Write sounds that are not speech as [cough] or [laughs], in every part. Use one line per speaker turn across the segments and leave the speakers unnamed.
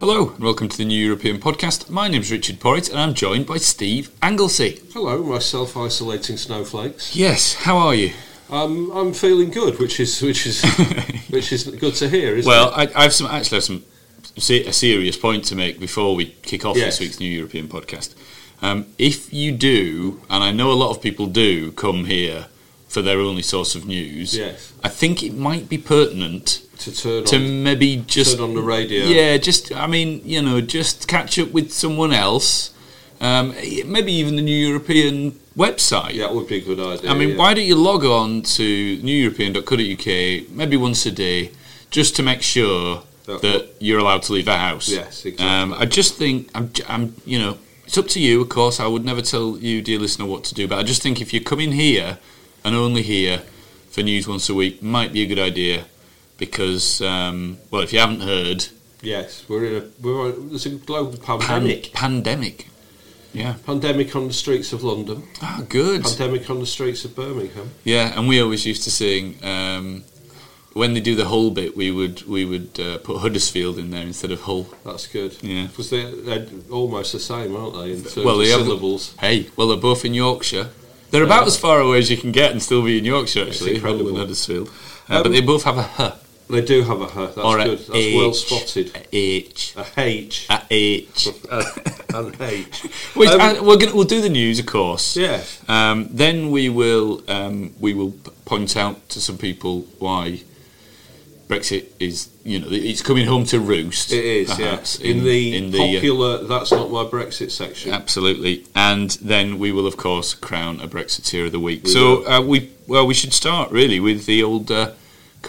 Hello, and welcome to the New European Podcast. My name's Richard Porritt, and I'm joined by Steve Anglesey.
Hello, my self-isolating snowflakes.
Yes, how are you?
Um, I'm feeling good, which is which
[laughs]
is which is good to hear. Isn't
Well,
it?
I, I have some actually have some se- a serious point to make before we kick off
Yes.
this week's New European Podcast. Um, if you do, and I know a lot of people do, come here for their only source of news.
Yes.
I think it might be pertinent
to turn
to
on,
maybe just
turn on the radio.
Yeah, just I mean, you know, just catch up with someone else. Um, maybe even the New European website.
Yeah, that would be a good idea.
I mean,
yeah.
why don't you log on to neweuropean.co.uk maybe once a day just to make sure
That-
that you're allowed to leave the house?
Yes, exactly.
Um, I just think, I'm, j- I'm, you know, it's up to you, of course. I would never tell you, dear listener, what to do, but I just think if you come in here and only here for news once a week, might be a good idea because, um, well, if you haven't heard,
Yes, we're in a we're on, there's a global
pandemic.
pandemic.
pandemic. Yeah.
Pandemic on the streets of London.
Ah, good.
Pandemic on the streets of Birmingham.
Yeah, and we always used to sing um, when they do the Hull bit. We would we would uh, put Huddersfield in there instead of Hull.
That's good.
Yeah.
because they're, they're almost the same, aren't they? In terms
Well,
of
they have-
syllables.
Hey, well they're both in Yorkshire. They're about
Yeah.
as far away as you can get and still be in Yorkshire.
It's
Actually, Hull and
incredible.
Huddersfield, uh, but
Um,
they both have a H
They do have a H. That's
or a
good. That's
H,
well spotted.
A H.
A
[laughs]
H.
A
[laughs]
H.
An H.
Which
Um,
I, we're gonna, we'll do the news, of course.
Yes.
Um, then we will um, we will p- point out to some people why Brexit is you know it's coming home to roost.
It is,
perhaps,
yes. In, the
in the uh,
popular That's Not My Brexit section.
absolutely, and then we will of course crown a Brexiteer of the week.
We
so uh, we well we should start really with the old uh,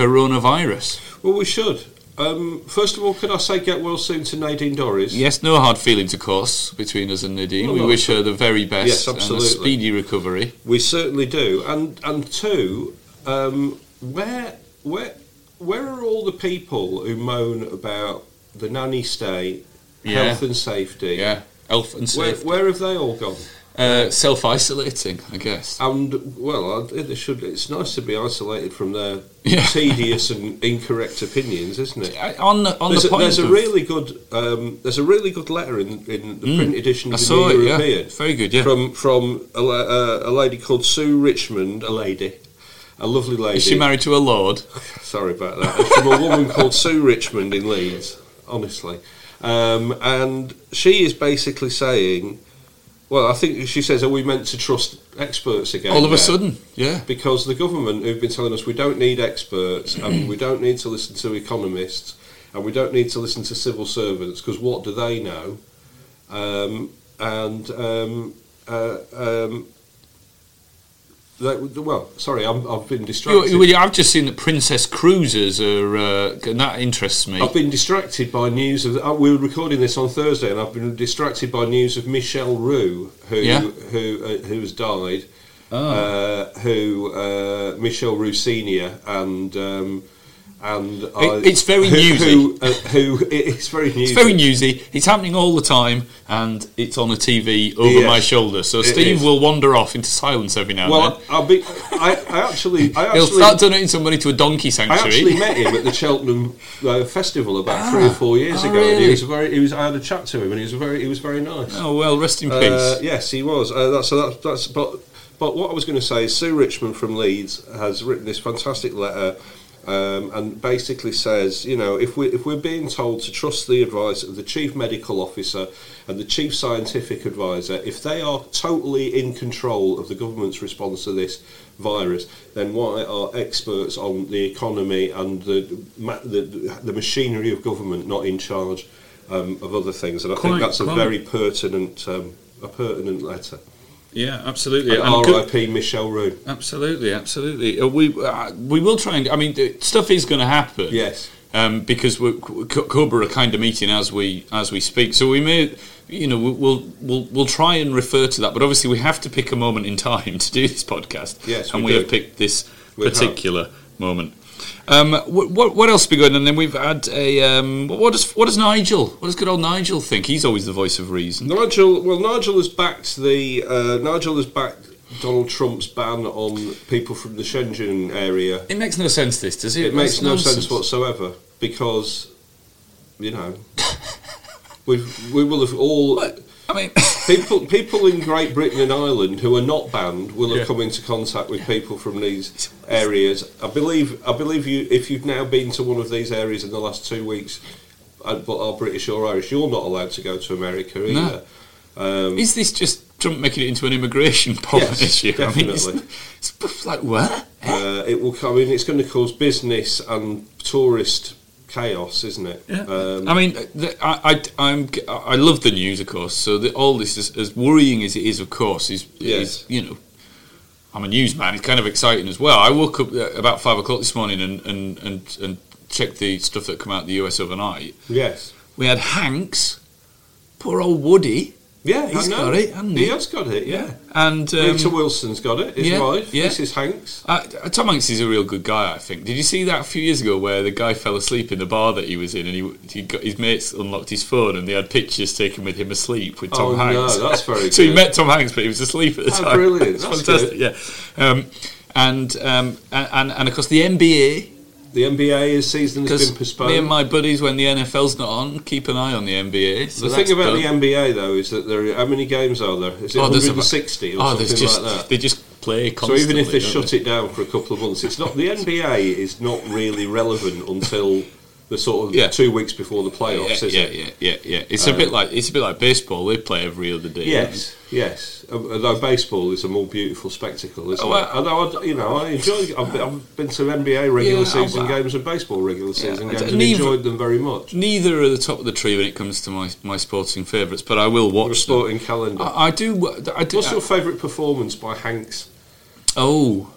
coronavirus.
Well, we should. Um, first of all, could I say get well soon to Nadine Dorries?
Yes, no hard feelings of course between us and Nadine.
Well,
we
no,
wish her the very best
Yes,
and a
absolutely.
speedy recovery.
We certainly do. And and two, um, where where where are all the people who moan about the nanny state,
Yeah.
health and safety?
Yeah, elf and
Where,
safe.
where have they all gone?
Uh, self isolating, I guess.
And well, I, think they should. It's nice to be isolated from their
Yeah.
tedious and incorrect opinions, isn't
[laughs]
it?
I- on the, on
there's,
the
a,
point
there's a
of-
really good um, there's a really good letter in, in the print edition
Mm, I
of the
saw
New
it, yeah.
European
Very good, yeah.
from from a, la- uh, a lady called Sue Richmond, a lady, a lovely lady.
Is she married to a lord?
Sorry about that. And from a
[laughs]
woman called Sue Richmond in Leeds, honestly, um, and she is basically saying, well, I think she says, are we meant to trust experts again?
All of a
now?"
sudden, yeah.
because the government who've been telling us we don't need experts and we don't need to listen to economists and we don't need to listen to civil servants because what do they know? Um, and um, uh, um, that, well, sorry, I'm, I've been
You-
distracted.
you- well, I've just seen that Princess Cruises are, uh, and that interests me.
I've been distracted by news of. Uh, we were recording this on Thursday, and I've been distracted by news of Michelle Roux, who
Yeah. Oh.
who uh, who has died. Uh, who uh, Michelle Roux senior and um, and
It- it's very
[laughs] who,
newsy.
Who, uh, who it's very newsy.
It's very newsy. It's happening all the time, and it's on a TV over
Yes.
my shoulder. So
It
Steve
is.
will wander off into silence every now and
Well,
then.
I'll be. I, I actually. I
He'll
actually
start donating some money to a donkey
I
sanctuary.
actually met him at the Cheltenham uh, Festival about three or four years
Ah,
ago. And he
really?
was a very. He was. I had a chat to him, and he was a very. He was very nice.
oh well, rest in
Uh,
peace.
yes, he was. Uh, that's, so that's that's. But But what I was going to say is Sue Richmond from Leeds has written this fantastic letter um, and basically says, you know, if we if we're being told to trust the advice of the chief medical officer and the chief scientific advisor, if they are totally in control of the government's response to this virus, then why are experts on the economy and the ma- the, the machinery of government not in charge um, of other things? And I
Quite-
think that's a
quite.
very pertinent um, a pertinent letter.
Yeah, absolutely.
And
And good-
R.I.P. Michelle Roux.
Absolutely, absolutely. Uh, We uh, we will try and. I mean, the stuff is going to happen.
Yes.
Um, because we Cobra are kind of meeting as we as we speak, so we may, you know, we'll- we'll we'll we'll try and refer to that. But obviously, we have to pick a moment in time [laughs] to do this podcast.
Yes,
and we,
we do.
have picked this
We have.
particular moment. Um, what what else be going? And then we've had a um, what does what does Nigel? What does good old Nigel think? He's always the voice of reason.
Nigel, well, Nigel has backed the uh, Nigel has backed Donald Trump's ban on people from the Shenzhen area.
It makes no sense. This does it?
It makes
It's
no
nonsense.
sense whatsoever because you know [laughs] we've, we will have all
But, I mean, [laughs]
people people in Great Britain and Ireland who are not banned will have
Yeah.
come into contact with people from these areas. I believe I believe you if you've now been to one of these areas in the last two weeks, uh, but are British or Irish, you're not allowed to go to America either. Um,
Is this just Trump making it into an immigration [laughs] problem
Yes,
issue? I mean,
definitely.
it's, it's like what?
Uh, it will come in. It's going to cause business and tourist chaos, isn't it? Um,
I mean, the, I, I, I'm, I love the news, of course. So the, all this, is, as worrying as it is, of course, is,
Yes.
is you know, I'm a newsman. It's kind of exciting as well. I woke up uh, about five o'clock this morning and and and, and checked the stuff that come out of the US overnight.
yes.
We had Hanks, poor old Woody,
Yeah,
He's
I know.
got it, hasn't he?
has got it. Yeah.
and um,
Peter Wilson's got it. His
yeah,
wife.
yeah.
This is Hanks.
Uh, Tom Hanks is a real good guy, I think. Did you see that a few years ago where the guy fell asleep in the bar that he was in, and he, he got, his mates unlocked his phone and they had pictures taken with him asleep with Tom
Oh, no,
Hanks.
that's very
[laughs] so he
good.
met Tom Hanks, but he was asleep at the
Oh,
time.
brilliant.
It's
That's
fantastic. Yeah, um, and, um, and and and of course the NBA
The NBA is season has been
because me and
postponed.
my buddies, when the NFL's not on, keep an eye on the NBA. So
the
that's
thing about
done. Oh,
the NBA though is that there. Are, how many games are there? Is it
there's about-
160
oh,
or something
there's just
like that?
they just play
So
constantly.
even if they
don't
shut it down for a couple of months, it's not the NBA is not really relevant until the sort of
Yeah.
two weeks before the playoffs,
Yeah,
is
yeah,
it? Um,
yeah, yeah, yeah. It's a bit like it's a bit like baseball. They play every other day.
Yes, yes. Although baseball is a more beautiful spectacle, isn't
Oh, well-
it? Although I, you know, I enjoy. I've been, I've been to NBA regular
Yeah, oh,
season
I've-
games and baseball regular season
I-
games and
neither-
enjoyed them very much.
Neither are the top of the tree when it comes to my, my sporting favourites, but I will
Your
watch them.
sporting calendar.
I, I do. w- I do.
What's your favourite performance by Hanks?
oh,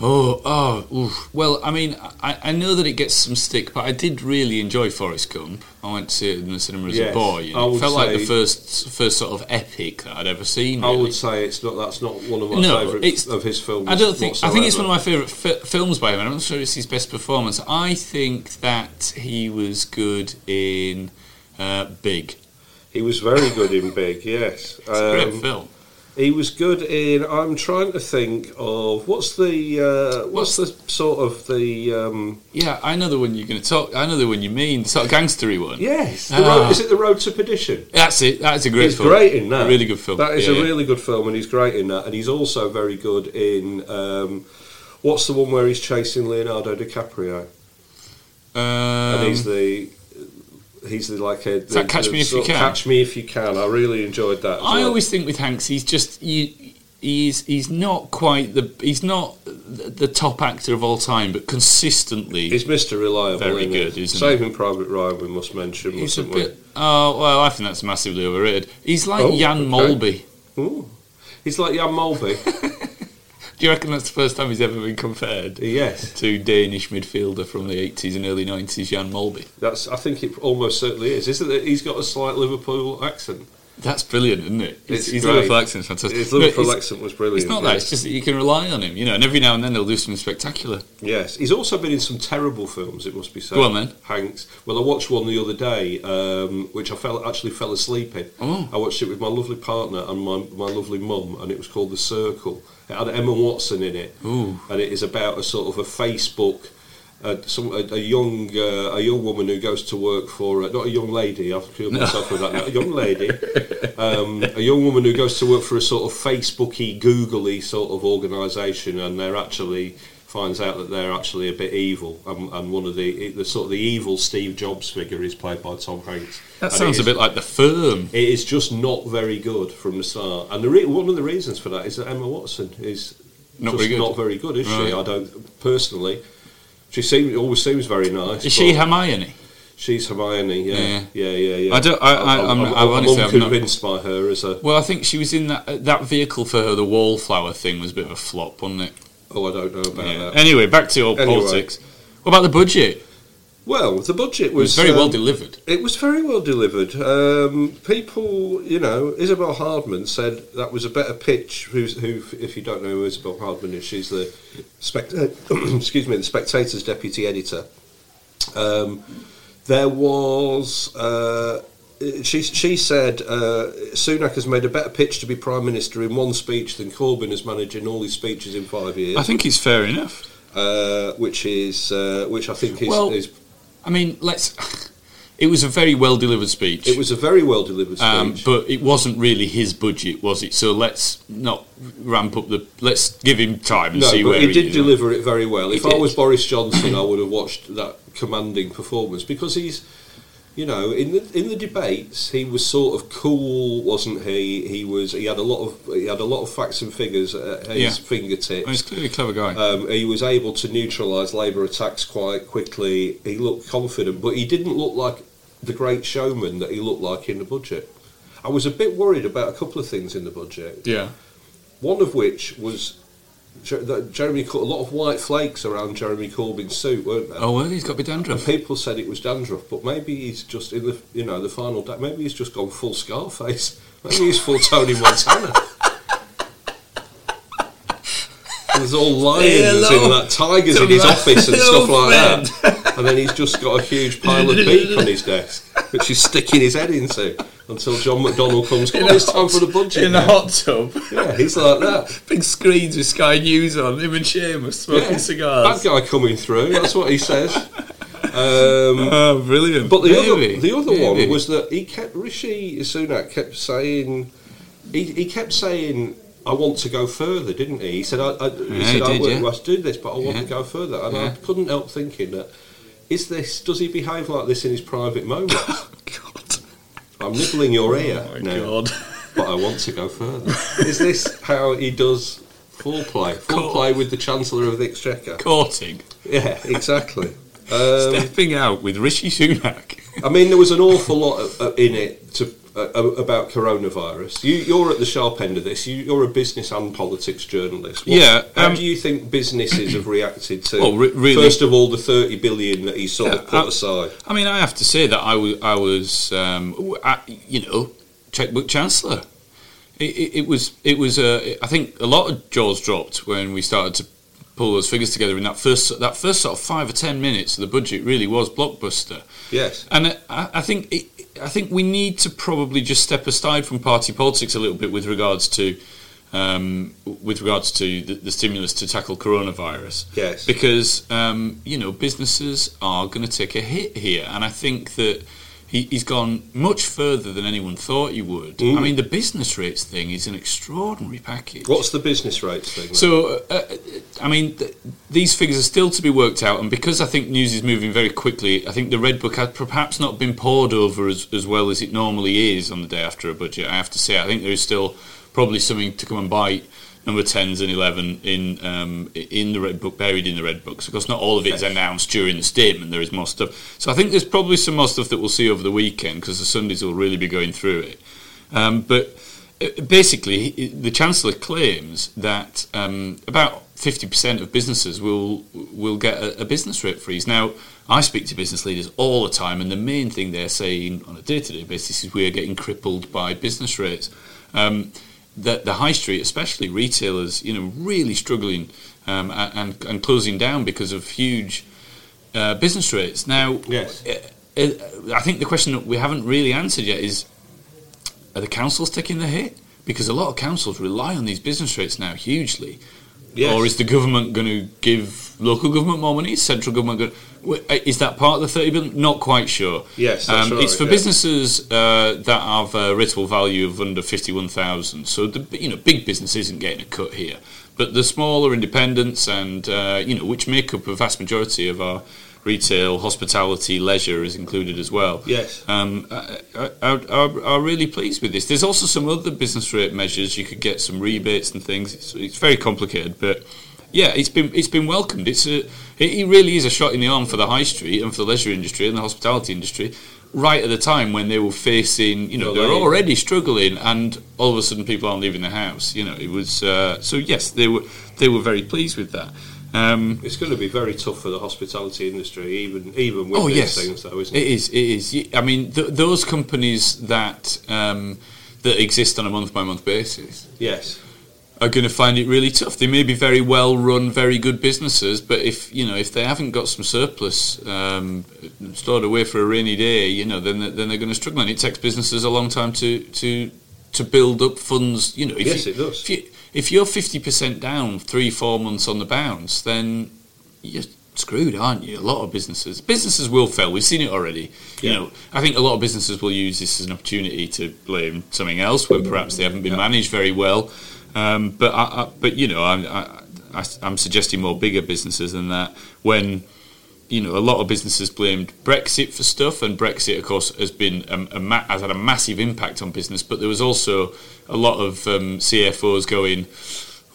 oh, oh. Oof. Well, I mean, I, I know that it gets some stick, but I did really enjoy Forrest Gump. I went to see it in the cinema as a
Yes,
boy. And
I
it
would
felt like the
say-
first first sort of epic that I'd ever seen.
I
really.
would say it's not. That's not one of my
No, it's-
favourite of his films.
I don't think. I think it's one
whatsoever.
of my favourite f- films by him. and I'm not sure it's his best performance. I think that he was good in uh, Big.
He was very good in Big.
[laughs]
Yes,
It's a great
Um,
film.
He was good in. I'm trying to think of what's the uh, what's the sort of the um,
Yeah, I know the one you're going to talk. I know the one you mean, the sort of gangstery one.
yes. The
Ah.
road, is it the Road to Perdition?
That's it. That's a great
he's
film.
great in that.
Really good film.
That is
Yeah,
a
yeah.
really good film, and he's great in that. And he's also very good in um, what's the one where he's chasing Leonardo DiCaprio, and
Um,
he's the he's the like a the,
that Catch
the
Me If
sort
You
of
Can?
Catch me if you can. I really enjoyed that. as
I
well.
always think with Hanks, he's just he, he's he's not quite the he's not the, the top actor of all time, but consistently
he's Mr. Reliable.
Very
isn't
good,
he?
isn't he?
Saving Private Ryan. We must mention.
he's a
mustn't we?
bit. Oh well, I think that's massively overrated. He's like
Oh,
Jan
okay.
Molby.
Ooh. He's like
[laughs]
Jan Mulby.
Do you reckon that's the first time he's ever been compared
yes,
to Danish midfielder from the 80s and early 90s, Jan Molby?
that's. I think it almost certainly is. Isn't it? He's got a slight Liverpool accent.
That's brilliant, isn't it?
It's
his
great.
Liverpool accent's fantastic.
His
No,
Liverpool
it's-
accent was brilliant.
It's not that. It's just that you can rely on him, you know. And every now and then they'll do something spectacular.
Yes, he's also been in some terrible films. It must be said.
Go on, then.
Hanks. Well, I watched one the other day, um, which I fell actually fell asleep in.
Oh.
I watched it with my lovely partner and my, my lovely mum, and it was called The Circle. It had Emma Watson in it,
Ooh.
and it is about a sort of a Facebook a, some, a, a young uh, a young woman who goes to work for uh, not a young lady. I've killed myself with that. Now. A
[laughs]
young lady, um, a young woman who goes to work for a sort of Facebooky, Googly sort of organisation, and they're actually finds out that they're actually a bit evil. And, and one of the the sort of the evil Steve Jobs figure is played by Tom Hanks.
That
And it
sounds a
is-
bit like the firm.
It is just not very good from the start, and the re- one of the reasons for that is that Emma Watson is
Not
just
very good.
not very good, is
Right.
she? I don't personally. She seems always seems very nice.
Is she
but-
Hermione?
She's Hermione, yeah,
Yeah.
yeah, yeah, yeah.
I don't- I- I- I'm- I'm honestly, I'm not-
convinced by her as a.
Well, I think she was in that uh, that vehicle for her. The wallflower thing was a bit of a flop, wasn't it?
Oh, I don't know about
Yeah.
that.
Anyway, back to your
Anyway.
politics. What about the budget? It
Well, the budget
was
was,
very well
um,
delivered.
It was very well delivered. Um, people, you know, Isabel Hardman said that was a better pitch. Who's, who, if you don't know who Isabel Hardman is, she's the spect- uh, [clears throat] excuse me, the Spectator's deputy editor. Um, there was. Uh, she, she said uh, Sunak has made a better pitch to be prime minister in one speech than Corbyn has managed in all his speeches in five
I
years,
think it's fair enough.
uh, which is uh, which I think is,
Well,
is
I mean, let's. [sighs] It was a very well delivered speech.
it was a very well delivered speech.
Um, but it wasn't really his budget, was it? So let's not ramp up the. Let's give him time and
No,
see
but
where
he did
is.
deliver it very well.
He
if I
did.
was Boris Johnson, I would have watched that commanding performance because he's, you know, in the in the debates he was sort of cool, wasn't he? He was. He had a lot of he had a lot of facts and figures at his
Yeah.
fingertips.
Well, he's clearly a clever guy.
Um, he was able to neutralise Labour attacks quite quickly. He looked confident, but he didn't look like the great showman that he looked like in the budget. I was a bit worried about a couple of things in the budget.
yeah.
One of which was Jer- that Jeremy Cor- a lot of white flakes around Jeremy Corbyn's suit, weren't there?
Oh well, he's got a bit
And
dandruff.
people said it was dandruff, but maybe he's just in the you know the final day. Maybe he's just gone full Scarface. Maybe he's full Tony Montana. There's all lions
Hello.
in that, tigers
[laughs]
in his
Hello,
office and stuff
friend.
like that. And then he's just got a huge pile of beef on his desk, which he's sticking his head into until John McDonnell
[laughs]
comes. Come on, it's time for the budget. now."
hot tub,
Yeah, he's like that.
big screens with Sky News on. Him and Seamus
Yeah, Bad guy coming through. That's what he says. Um,
Oh, brilliant!
but the
Maybe,
other the other
maybe.
one was that he kept Rishi Sunak kept saying he, he kept saying I want to go further, didn't he? He said I, I, he
Yeah, he
said I
did,
work
yeah.
I do this, but I want
Yeah.
to go further, and
Yeah.
I couldn't help thinking that is this does he behave like this in his private moments?
[laughs] God.
I'm nibbling your ear
[laughs] Oh,
now,
God.
but I want to go further. is this how he does foreplay? Foreplay with the Chancellor of the Exchequer?
Courting,
Yeah, exactly. Um,
stepping out with Rishi Sunak.
I mean, there was an awful lot of, uh, in it to, uh, about coronavirus. You, you're at the sharp end of this. You, you're a business and politics journalist.
Yeah,
How
um,
do you think businesses have reacted to?
Well, re- really-
First of all, the thirty billion that he sort of
Yeah, uh,
put
I-
aside.
I mean, I have to say that I was, I was, um, w- I, you know, checkbook chancellor. It, it, it was, it was. Uh, I think a lot of jaws dropped when we started to pull those figures together in that first, that first sort of five or ten minutes of the budget. Really was blockbuster,
Yes.
and I, I think, it, I think we need to probably just step aside from party politics a little bit with regards to. Um, with regards to the, the stimulus to tackle coronavirus,
Yes.
because um, you know businesses are going to take a hit here, and I think that he, he's gone much further than anyone thought he would.
Mm.
I mean, the business rates thing is an extraordinary package.
What's the business rates thing?
so, uh, uh, I mean, th- these figures are still to be worked out, and because I think news is moving very quickly, I think the red book had perhaps not been poured over as, as well as it normally is on the day after a budget. I have to say, I think there is still probably something to come and bite number tens and eleven in um, i- in the red book, buried in the red books, because not all of it is announced during the statement. There is more stuff, so I think there's probably some more stuff that we'll see over the weekend because the Sundays will really be going through it. Um, but uh, basically, he- the chancellor claims that um, about fifty percent of businesses will will get a, a business rate freeze. Now, I speak to business leaders all the time, and the main thing they're saying on a day to day basis is we are getting crippled by business rates. Um, that the high street, especially retailers, you know, really struggling um, a- and and closing down because of huge uh, business rates. Now,
Yes.
uh, uh, I think the question that we haven't really answered yet is are the councils taking the hit? Because a lot of councils rely on these business rates now hugely.
Yes.
Or is the government going to give local government more money? Is central government good? w- Is that part of the thirty billion? Not quite sure.
Yes, that's
um,
right,
it's for
yeah.
businesses uh, that have a retail value of under fifty-one thousand. So the you know big business isn't getting a cut here, but the smaller independents and uh, you know which make up a vast majority of our retail, hospitality, leisure is included as well
Yes.
um, are, are, are, are really pleased with this. There's also some other business rate measures. You could get some rebates and things. It's, it's very complicated, but yeah, it's been it's been welcomed. It's a, it, it really is a shot in the arm for the high street and for the leisure industry and the hospitality industry. Right at the time when they were facing, you know,
Well,
they were
they-
already struggling, and all of a sudden people aren't leaving the house. You know, it was uh, so. Yes, they were they were very pleased with that. Um,
It's going to be very tough for the hospitality industry, even even with
Oh,
these
yes.
things, though, isn't
It
it?
is. It is. Y- I mean, th- those companies that um, that exist on a month by month basis
Yes.
are going to find it really tough. They may be very well run, very good businesses, but if you know if they haven't got some surplus um, stored away for a rainy day, you know, then they- then they're going to struggle. And it takes businesses a long time to to to build up funds. You know, if
Yes,
you,
it does.
If, you, if you're fifty percent down three four months on the bounce, then you're screwed, aren't you? A lot of businesses businesses will fail. We've seen it already. You
Yeah.
know, I think a lot of businesses will use this as an opportunity to blame something else when perhaps they haven't been managed very well. Um, but I, I, but you know, I'm, I, I, I'm suggesting more bigger businesses than that. When you know, a lot of businesses blamed Brexit for stuff, and Brexit, of course, has been um, a ma- has had a massive impact on business. But there was also a lot of um, CFOs going,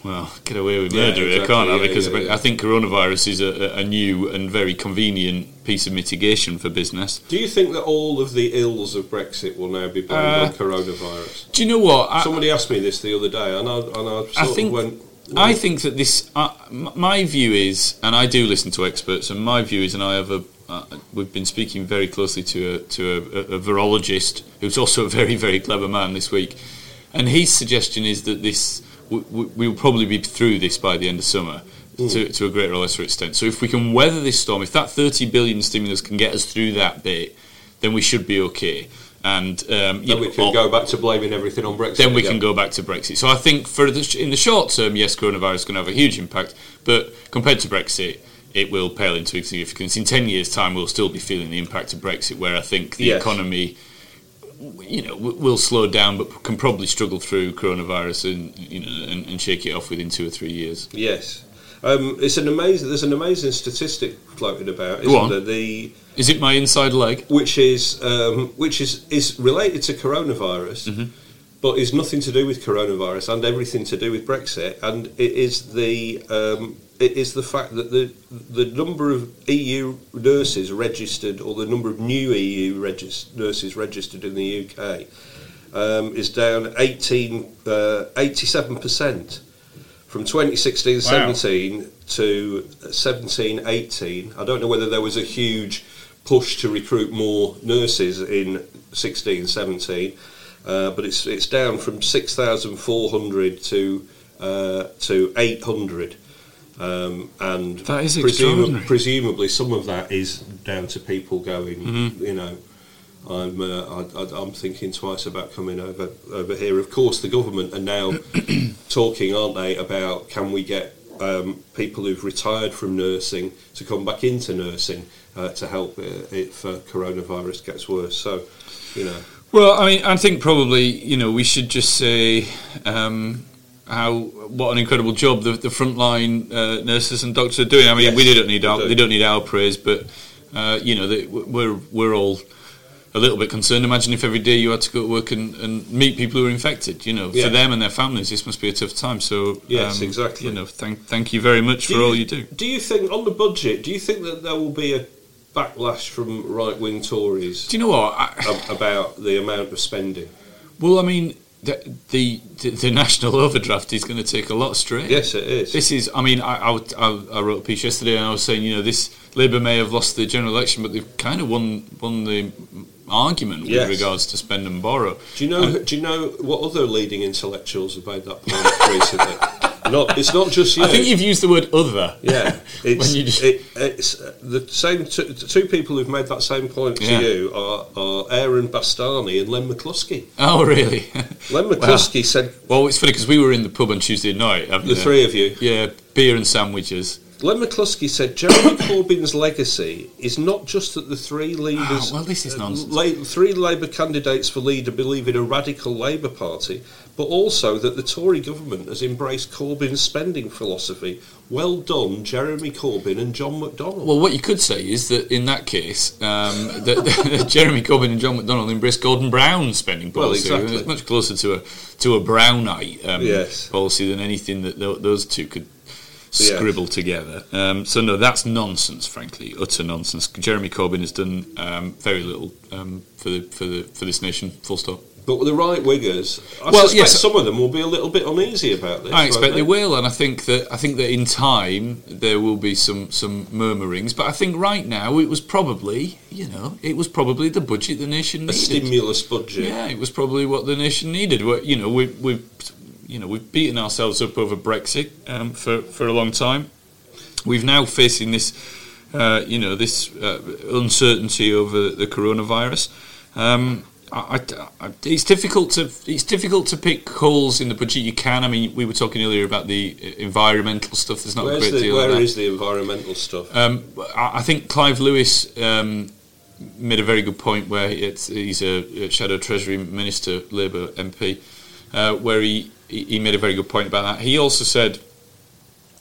"Well, get away with
Yeah,
murder, here,
exactly.
can't I?"
Yeah,
Because
yeah, yeah.
I think coronavirus is a, a new and very convenient piece of mitigation for business.
Do you think that all of the ills of Brexit will now be blamed
Uh,
on coronavirus?
Do you know what? I-
Somebody asked me this the other day, and I, and I sort
I think
of went.
I think that this. Uh, m- my view is, and I do listen to experts, and my view is, and I have a. Uh, we've been speaking very closely to a to a, a, a virologist who's also a very very clever man this week, and his suggestion is that this we, we, we'll probably be through this by the end of summer.
Hmm.
To, to a greater or lesser extent. So if we can weather this storm, if that 30 billion stimulus can get us through that bit, then we should be okay. And um, you
Then
know,
we can
or-
go back to blaming everything on Brexit.
then we
again.
can go back to Brexit. So I think for the, in the short term, yes, coronavirus is going to have a huge impact, but compared to Brexit, it will pale into insignificance. In ten years' time, we'll still be feeling the impact of Brexit, where I think the
Yes.
economy, you know, w- will slow down, but can probably struggle through coronavirus and you know and, and shake it off within two or three years.
Yes. Um, it's an amazing. There's an amazing statistic floated about, isn't
on.
there? The
Is it my inside leg?
which is um, which is is related to
Mm-hmm.
coronavirus, but is nothing to do with coronavirus and everything to do with Brexit. And it is the um, it is the fact that the the number of EU nurses registered or the number of new EU regis- nurses registered in the UK um, is down 18 87 percent from 2016 17 to 17 18. I don't know whether there was a huge push to recruit more nurses in 16 17, uh, but it's it's down from 6,400 to uh, to 800. Um, and
That is extraordinary.
presumably some of that is down to people going,
Mm-hmm.
you know, I'm uh, I, I, I'm thinking twice about coming over over here. Of course, the government
[coughs]
are now talking, aren't they, about can we get um, people who've retired from nursing to come back into nursing uh, to help uh, if uh, coronavirus gets worse. So, you know,
Well, I mean, I think probably you know we should just say um, how what an incredible job the, the frontline uh, nurses and doctors are doing. I mean,
Yes,
we don't need
they
our
do.
they don't need our praise, but uh, you know they, we're we're all a little bit concerned. Imagine if every day you had to go to work and, and meet people who are infected. You know,
Yeah.
for them and their families, this must be a tough time. So um,
Yes, exactly.
You know, thank thank you very much for all you do.
Do you think on the budget? Do you think that there will be a backlash from right wing Tories
Do you know what? I,
ab- about the amount of spending?
well, I mean, the the, the, the [laughs] national overdraft is going to take a lot of strain.
Yes, it is.
This is, I mean, I, I, would- I, I wrote a piece yesterday and I was saying, you know, this Labour may have lost the general election, but they've kind of won won the argument
Yes.
with regards to spend and borrow.
Do you know?
Uh-huh.
do you know what other leading intellectuals have made that point recently? Not, it's not just you.
I think you've used the word other.
Yeah,
[laughs]
it's,
When you just-
it, it's uh, the same. Two, the two people who've made that same point
Yeah.
to you are, are Aaron Bastani and Len McCluskey.
Oh, really? [laughs]
Len McCluskey said
well, it's funny because we were in the pub on Tuesday night.
the three of you.
Yeah, beer and sandwiches.
Len McCluskey said Jeremy Corbyn's legacy is not just that the three leaders,
Ah,
uh,
well, this is nonsense.
la- three Labour candidates for leader believe in a radical Labour Party, but also that the Tory government has embraced Corbyn's spending philosophy. Well done, Jeremy Corbyn and John McDonnell.
Well, what you could say is that in that case, um, that, that [laughs] Jeremy Corbyn and John MacDonald embraced Gordon Brown's spending
Well,
policy.
exactly.
It's much closer to a to a Brownite um,
Yes.
policy than anything that tho- those two could
Yeah.
scribble together. Um, so no, that's nonsense. Frankly, utter nonsense. Jeremy Corbyn has done um, very little um, for the for the for this nation. Full stop.
But the right wingers, I
Well,
suspect
yes.
some of them will be a little bit uneasy about this.
I expect
won't
they will, and I think that I think that in time there will be some some murmurings. But I think right now it was probably you know it was probably the budget the nation
A
needed.
stimulus budget.
Yeah, it was probably what the nation needed. we you know, we we you know we've beaten ourselves up over Brexit um, for for a long time. We've now facing this uh, you know this uh, uncertainty over the coronavirus. Um, I, I- I- it's difficult to it's difficult to pick holes in the budget. You can. I mean, we were talking earlier about the uh, environmental stuff. There's not a
Where's
great
the,
deal.
where
of that.
is the environmental stuff?
Um, I I think Clive Lewis um, made a very good point where it's, he's a shadow Treasury Minister, Labour MP, uh, where he, he he made a very good point about that. He also said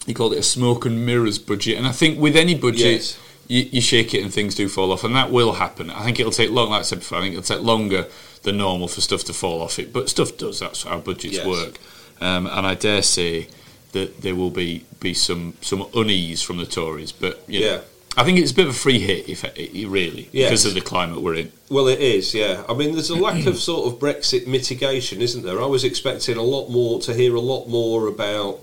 he called it a smoke and mirrors budget, and I think with any budget.
Yes.
You, you shake it and things do fall off, and that will happen. I think it'll take long. Like I said before, I think it'll take longer than normal for stuff to fall off it, but stuff does. That's how budgets
Yes.
work, um, and I dare say that there will be be some some unease from the Tories. But you know,
Yeah.
I think it's a bit of a free hit, if really,
Yes.
because of the climate we're in.
Well, it is, yeah. I mean, there's a
[clears throat]
lack of sort of Brexit mitigation, isn't there? I was expecting a lot more to hear a lot more about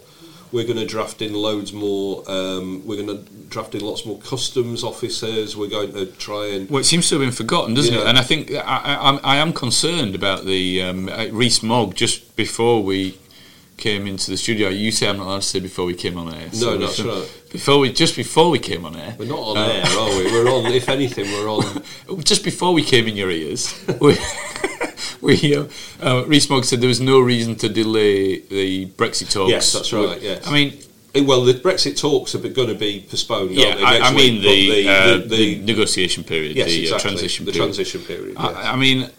we're going to draft in loads more, um, we're going to draft in lots more customs officers, we're going to try and.
Well, it seems to have been forgotten, doesn't it?
Yeah.
And I think I, I, I'm- I am concerned about the um, Reese Mogg just before we came into the studio. You say I'm not allowed to say before we came on air.
No, that's
listen,
right.
Before we just before we came on air,
We're not on
Uh,
air, are we? [laughs] We're on, if anything, we're
[laughs]
on.
oh, just before we came in your ears,
[laughs]
we, [laughs] we uh, uh, Rees Mogg said there was no reason to delay the Brexit talks.
Yes, that's right, yes.
I mean,
Eh, Well, the Brexit talks are going to be postponed.
yeah,
aren't they,
I,
next
I mean
week? But
the, uh, the,
the-
negotiation period,
yes,
the uh,
exactly,
transition
the
period.
transition period.
I,
yeah.
I mean,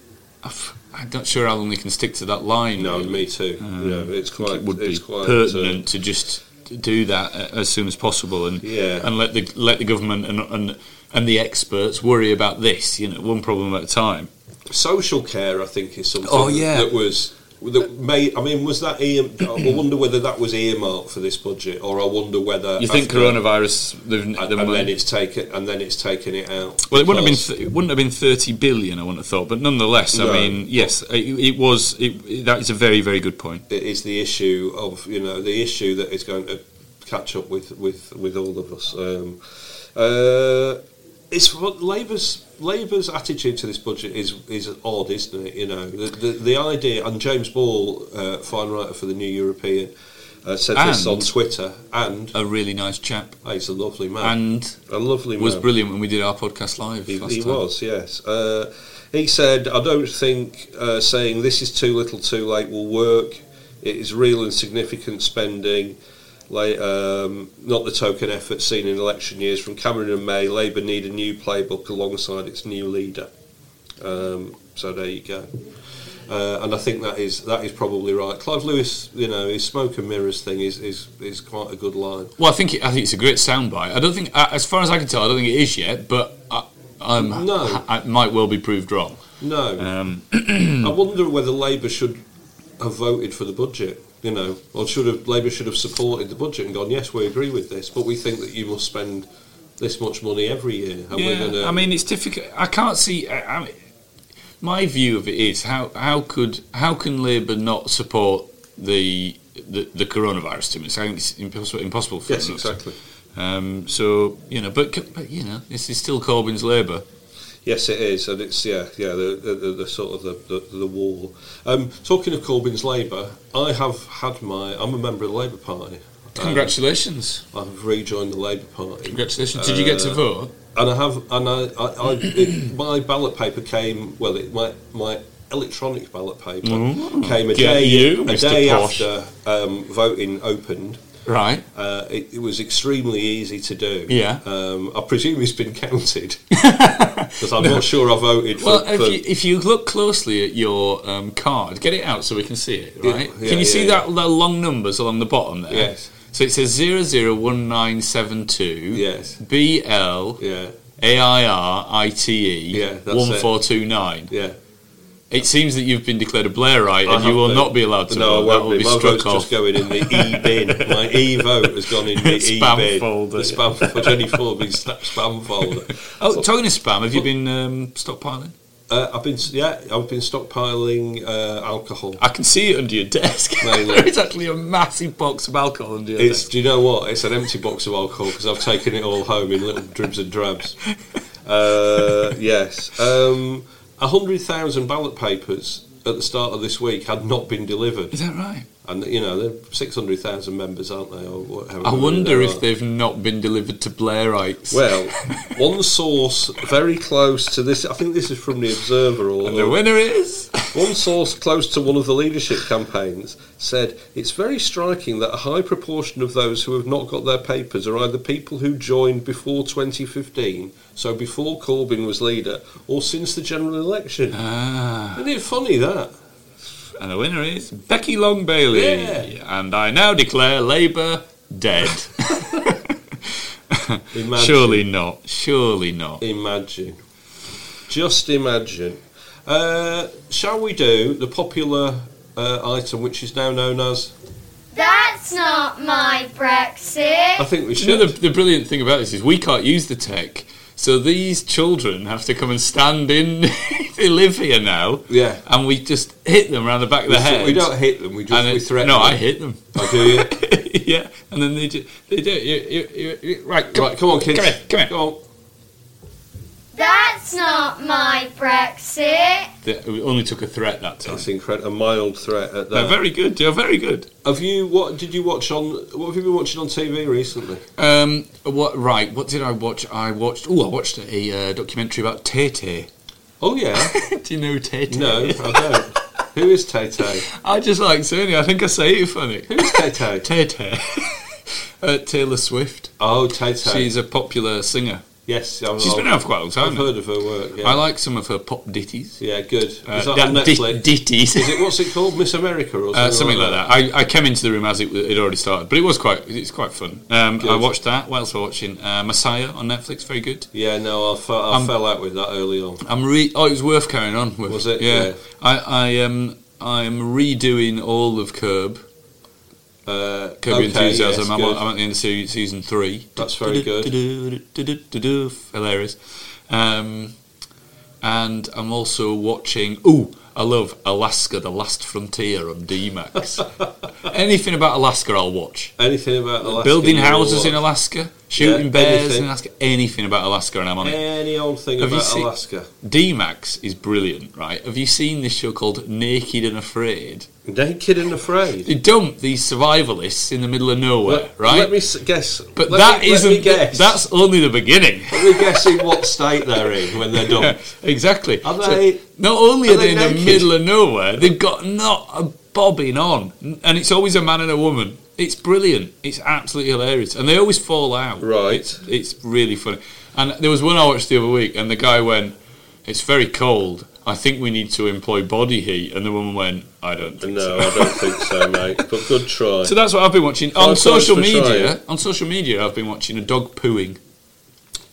I've- I'm not sure how long they can stick to that line.
no,
really.
me too. yeah, it's
I think
quite.
it would
it's
be
quite, uh,
pertinent to just do that a- as soon as possible, and
Yeah.
and let the let the government and and and the experts worry about this. You know, one problem at a time.
social care, I think, is something
Oh, yeah.
that was that may. I mean, was that? Ear, I
[clears throat]
wonder whether that was earmarked for this budget, or I wonder whether
You think
after-
coronavirus? They've,
and,
they've-
and then it's taken and then it's taken it out.
Well, it wouldn't have
because-
been th- it wouldn't have been thirty billion. I wouldn't have thought, but nonetheless, I
No.
mean, yes, it, it was. It, that is a very very good point.
it is the issue of you know the issue that is going to catch up with with with all of us. Um, uh, it's what Labour's Labour's attitude to this budget is is odd, isn't it? You know the the, the idea and James Ball, uh, fine writer for the New European, uh, said this
And-
on Twitter, and
A really nice chap,
oh, he's a lovely man,
and
a lovely
was
man.
brilliant when we did our podcast live.
He,
last
he
time.
was, yes. Uh, he said, I don't think uh, saying this is too little too late will work. It is real and significant spending, like, um, not the token effort seen in election years. From Cameron and May, Labour need a new playbook alongside its new leader. Um, so there you go. Uh, and I think that is that is probably right. Clive Lewis, you know, his smoke and mirrors thing is, is, is quite a good line.
Well, I think it, I think it's a great soundbite. I don't think, uh, as far as I can tell, I don't think it is yet, but uh, I, I'm,
No.
I, might well be proved wrong.
No,
Um,
I wonder whether Labour should have voted for the budget, you know, or should have Labour should have supported the budget and gone, yes, we agree with this, but we think that you must spend this much money every year, and we're
yeah,
going to.
I mean, it's difficult. I can't see. I, I mean, my view of it is how how could how can Labour not support the the, the coronavirus stimulus? I think it's impossible, impossible for
yes,
them not to.
exactly.
Um, so you know, but, c- but you know, this is still Corbyn's Labour.
Yes, it is, and it's yeah, yeah, the, the, the, the sort of the, the, the wall. Um, talking of Corbyn's Labour, I have had my. I'm a member of the Labour Party.
Congratulations,
Um, I've rejoined the Labour Party.
congratulations. Did you get to
Uh,
vote?
and I have, and I, I, I it, my ballot paper came. Well, it, my my electronic ballot paper came a
Mm. get
day
you,
a
Mr.
day
Posh.
after um, voting opened,
Right.
Uh, it, it was extremely easy to do.
Yeah.
Um, I presume it's been
[laughs]
counted because I'm not sure I voted for.
Well, if,
for
you, if you look closely at your um, card, get it out so we can see it,
Yeah,
right?
yeah,
can you
yeah,
see
yeah.
that the long numbers along the bottom there?
Yes.
So it says 001972
Yes.
B L
yeah,
A I R I T E
Yeah, that's it.
1429.
yeah.
It seems that you've been declared a Blairite
I
and you
have
will
been.
not be allowed to vote.
no, I
that
won't
will
be.
be
My vote's
struck off.
just going in the
[laughs]
e bin. My e vote has gone in the e
Spam
bin.
folder.
The spam for 24 been snap spam folder.
oh, talking of spam, have you been um, stockpiling?
Uh, I've been yeah, I've been stockpiling uh, alcohol.
I can see it under your desk.
No,
[laughs]
no.
there is actually a massive box of alcohol under your
It's
desk.
do you know what? It's an empty box of alcohol because I've taken it all home in little dribs
[laughs]
and drabs. Uh, yes, um, hundred thousand ballot papers at the start of this week had not been delivered,
Is that right?
and you know they're six hundred thousand members, aren't they? Or whatever
I
many
wonder
there
if
are.
they've not been delivered to Blairites.
Well, one source very close to this, I think this is from the
[laughs]
Observer or
the winner is.
One source close to one of the leadership campaigns said, It's very striking that a high proportion of those who have not got their papers are either people who joined before 2015, so before Corbyn was leader, or since the general election.
Ah,
Isn't it funny that?
and the winner is Becky Long Bailey.
Yeah.
And I now declare Labour [laughs] dead.
Imagine.
Surely not. Surely not.
Imagine. Just imagine. Uh, shall we do the popular uh, item which is now known as.
That's not my Brexit.
I think we
Do you know
should.
the, the brilliant thing about this is we can't use the tech, so these children have to come and stand in. [laughs] they live here now,
Yeah.
and we just hit them around the back of the head.
We don't hit them, we just
and
we
it-
threaten
No,
them.
I hit them.
Oh, do you?
[laughs] yeah, and then they do. They do. You, you, you, you, right, come,
Right, come on, kids.
Come here. Come here.
Come on.
That's not my Brexit.
The- we only took a threat that time.
That's incredible. A mild threat at
They're
that.
very good. They're very good.
have you what did you watch on what have you been watching on TV recently?
Um, what? Right. What did I watch? I watched. Oh, I watched a uh, documentary about Tay.
Oh yeah.
[laughs] do you know Tay?
no, I don't. Who is Tay Tay?
I just like saying it. I think I say it funny.
Who is Tay Tay?
Tay Tay. [laughs] uh, Taylor Swift.
Oh Tay Tay.
She's a popular singer.
yes, i
She's been out for quite a long time.
I've
now.
heard of her work. Yeah,
I like some of her pop ditties.
yeah good.
Uh,
is that on
di-
Netflix?
ditties.
is it what's it called? Miss America or something,
Uh, something like that. I, I came into the room as it, w- it already started, but it was quite it's quite fun. Um, I
Good.
watched that. What else am I watching? Uh, Messiah on Netflix, very good.
Yeah, no, I, fe- I
Um,
fell out with that early on.
I'm re oh, it was worth carrying on with.
Was it?
Yeah.
Yeah.
I I um I'm redoing all of Curb.
Uh,
Curb Your Enthusiasm.
yes,
I'm,
good.
on, I'm at the end of se- season three.
That's very good.
Hilarious. Um, and I'm also watching. Ooh, I love Alaska: The Last Frontier on
[laughs]
DMAX. Anything about Alaska, I'll watch.
Anything about Alaska?
building
you will
houses
watch?
in Alaska, shooting
Yeah,
bears
anything.
in Alaska, anything about Alaska, and I'm on it.
Any old thing
Have you
about
seen-
Alaska?
DMAX is brilliant, right? Have you seen this show called Naked and Afraid?
Naked and afraid.
They dump these survivalists in the middle of nowhere,
Let-
right?
Let me s- guess.
but
let
that
me, let me
not
guess.
that's only the beginning. [laughs]
Let me guess in what state they're in when they're done.
exactly.
Oh. Are
So,
they-
not only
are
are they,
they
in the
naked?
middle of nowhere, they've got not a bobbing on, and it's always a man and a woman. It's brilliant. It's absolutely hilarious, and they always fall out.
Right.
It's, it's really funny. And there was one I watched the other week, and the guy went, "It's very cold. I think we need to employ body heat." And the woman went, "I don't think so."
No, I don't think so, mate. But good try.
So that's what I've been watching on
Five
social
times for trying.
media. On social media, I've been watching a dog pooing.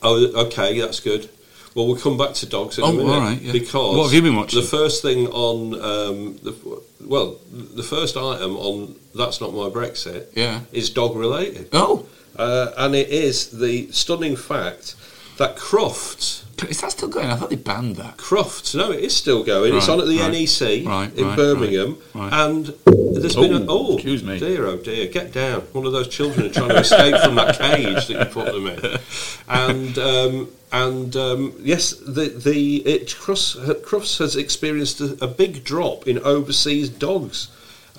Oh, okay, that's good. Well, we'll come back to dogs in
Oh,
a minute.
all right, yeah.
Because
What have you been watching?
The first thing on um, the well, the first item on that's not my Brexit
Yeah.
is dog related,
Oh,
uh, and it is the stunning fact that Crofts,
is that still going? I thought they banned that.
Crofts, no, it is still going. it's
Right,
on at the
right,
NEC
right,
in
right,
Birmingham,
right, right.
and there's been a
Oh,
oh,
excuse me.
dear, oh dear, get down! One of those children are trying to escape from that cage that you put
[laughs]
them in, and. Um, and um, yes, the the it Crofts, Crofts has experienced a, a big drop in overseas dogs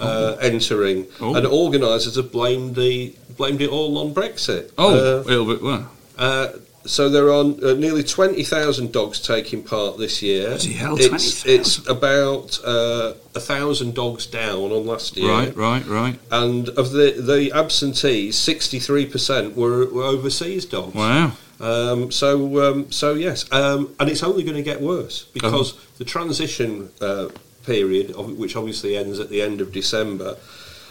uh, entering,
Oh.
and organisers have blamed the blamed it all on Brexit.
Oh,
Uh,
a little bit. Well,
uh, So there are uh, nearly 20,000 dogs taking part this year.
Bloody hell,
it's,
20,000.
it's about uh, 1,000 dogs down on last year.
Right, right, right.
And of the, the absentees, 63% were, were overseas dogs.
Wow.
Um, so, um, so yes, um, and it's only going to get worse because the transition uh, period, of- which obviously ends at the end of December,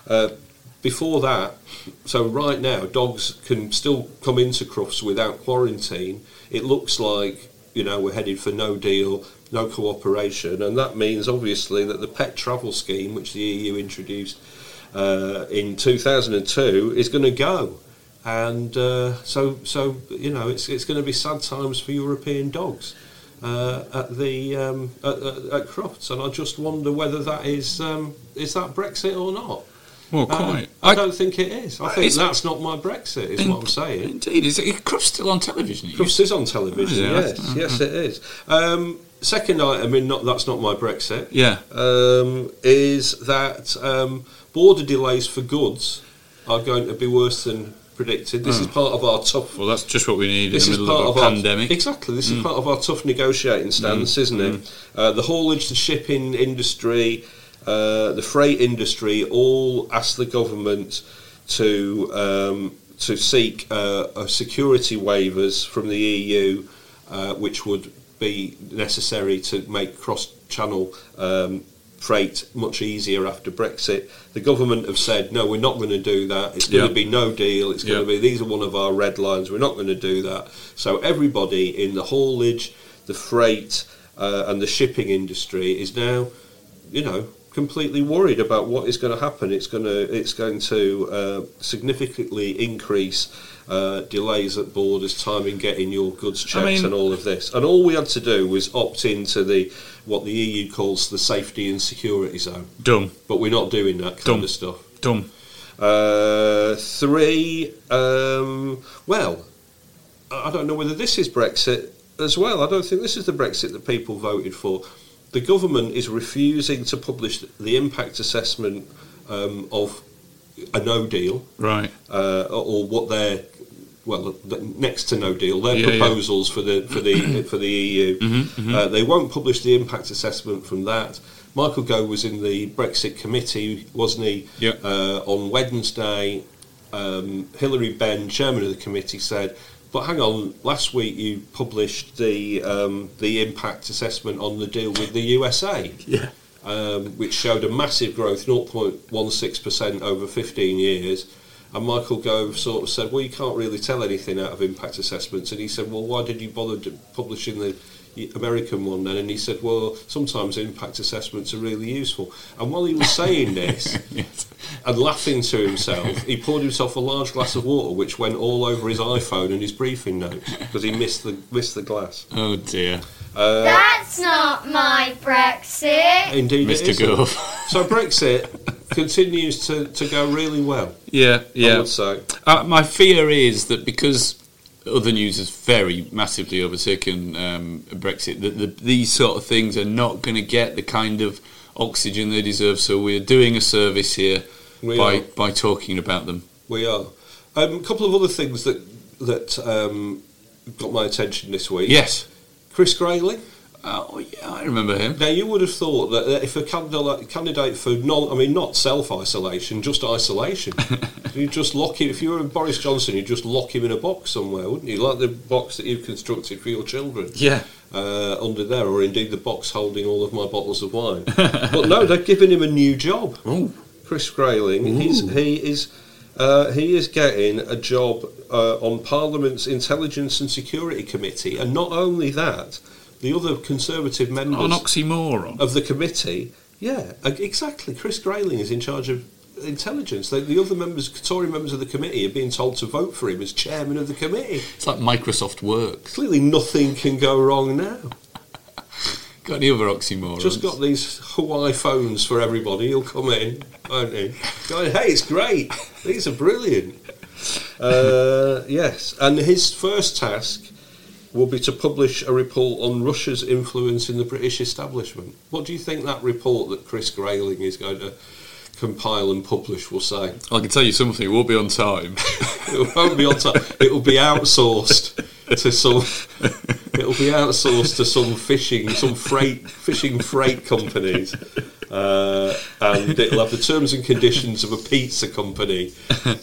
uh, before that, so right now, dogs can still come into Crufts without quarantine. It looks like you know we're headed for no deal, no cooperation, and that means obviously that the pet travel scheme, which the EU introduced uh, in 2002, is going to go and uh, so so you know it's it's going to be sad times for European dogs uh, at the um, at, at, at Crofts, and I just wonder whether that is um, is that Brexit or not.
Well,
Uh,
quite.
I, don't think it is. I think
It's-
that's not my Brexit. Is what I'm saying.
Indeed, is it Crufts still on television? It used-
Crofts is on television.
Is it?
Yes, yes, it is. Um, second item in not that's not my Brexit
Yeah.
um, is that um, border delays for goods are going to be worse than predicted. This is part of our tough
Well, that's just what we need
this
in
is
the middle of
part
a pandemic. Mm.
Our, exactly, this is part of our tough negotiating stance, isn't it? Uh, the haulage, the shipping industry, uh, the freight industry, all ask the government to um, to seek uh, uh, security waivers from the EU, uh, which would be necessary to make cross-channel. Um, Freight much easier after Brexit. The government have said no, we're not going to do that. It's going
Yeah.
to be no deal. It's going
Yeah.
to be these are one of our red lines. We're not going to do that. So everybody in the haulage, the freight, uh, and the shipping industry is now, you know, completely worried about what is going to happen. It's going to it's going to uh, significantly increase. Uh, delays at borders, time in getting your goods checked,
mean-
and all of this, and all we had to do was opt into the what the EU calls the safety and security zone,
Dumb,
but we're not doing that kind
Dumb.
of stuff.
dumb.
Uh, three. Um, well, I I don't know whether this is Brexit as well. I don't think this is the Brexit that people voted for. The government is refusing to publish the impact assessment um, of a no deal
Right.
uh, or what their well the next to no deal their
Yeah, Mm-hmm, yeah.
proposals for the for
[clears throat]
the for the EU. Uh, they won't publish the impact assessment from that. Michael Gove was in the Brexit committee, wasn't he?
Yeah.
Uh, on Wednesday, um, Hillary Benn, chairman of the committee, said. But hang on, last week you published the um, the impact assessment on the deal with the USA
Yeah.
um, which showed a massive growth, 0.16% over 15 years. And Michael Gove sort of said, well, you can't really tell anything out of impact assessments. And he said, well, why did you bother d- publishing the American one then? And he said, well, sometimes impact assessments are really useful. And while he was saying [laughs] this
Yes.
and laughing to himself, he poured himself a large glass of water, which went all over his iPhone and his briefing notes because he missed the, missed the glass.
Oh dear,
That's not my Brexit.
Indeed, it
Mr.
isn't.
Gove.
So Brexit continues to, to go really well.
yeah,
I
yeah.
would say.
Uh, my fear is that because other news has very massively overtaken um, Brexit, that the, these sort of things are not going to get the kind of oxygen they deserve. So we're doing a service here
We
by
are.
by talking about them.
We are. Um, a couple of other things that that um, got my attention this week.
Yes.
Chris Grayling.
Oh yeah, I remember him.
Now you would have thought that that if a candidate, candidate for non, I mean not self isolation,
[laughs]
just isolation, you just lock him. If you were Boris Johnson, you'd just lock him in a box somewhere, wouldn't you? Like the box that you've constructed for your children.
Yeah.
Uh, under there, or indeed the box holding all of my bottles
[laughs]
of wine. but no, they've given him a new job.
Oh,
Chris Grayling. He's, he is uh, he is getting a job uh, on Parliament's Intelligence and Security Committee, and not only that, the other Conservative members
an oxymoron.
of the committee. Yeah, e- exactly. Chris Grayling is in charge of intelligence. The, the other members, Tory members of the committee, are being told to vote for him as chairman of the committee.
It's like Microsoft Works.
Clearly, nothing can go wrong now.
Got any other oxymorons?
Just got these Hawaii phones for everybody. He'll come in, won't he? Going, hey, it's great. These are brilliant. Uh, yes, and his first task will be to publish a report on Russia's influence in the British establishment. What do you think that report that Chris Grayling is going to compile and publish will say? [laughs]
I can tell you something. We'll be on time.
It won't be on time. It will be outsourced. to some. It'll be outsourced to some fishing, some freight fishing freight companies, uh, and it'll have the terms and conditions of a pizza company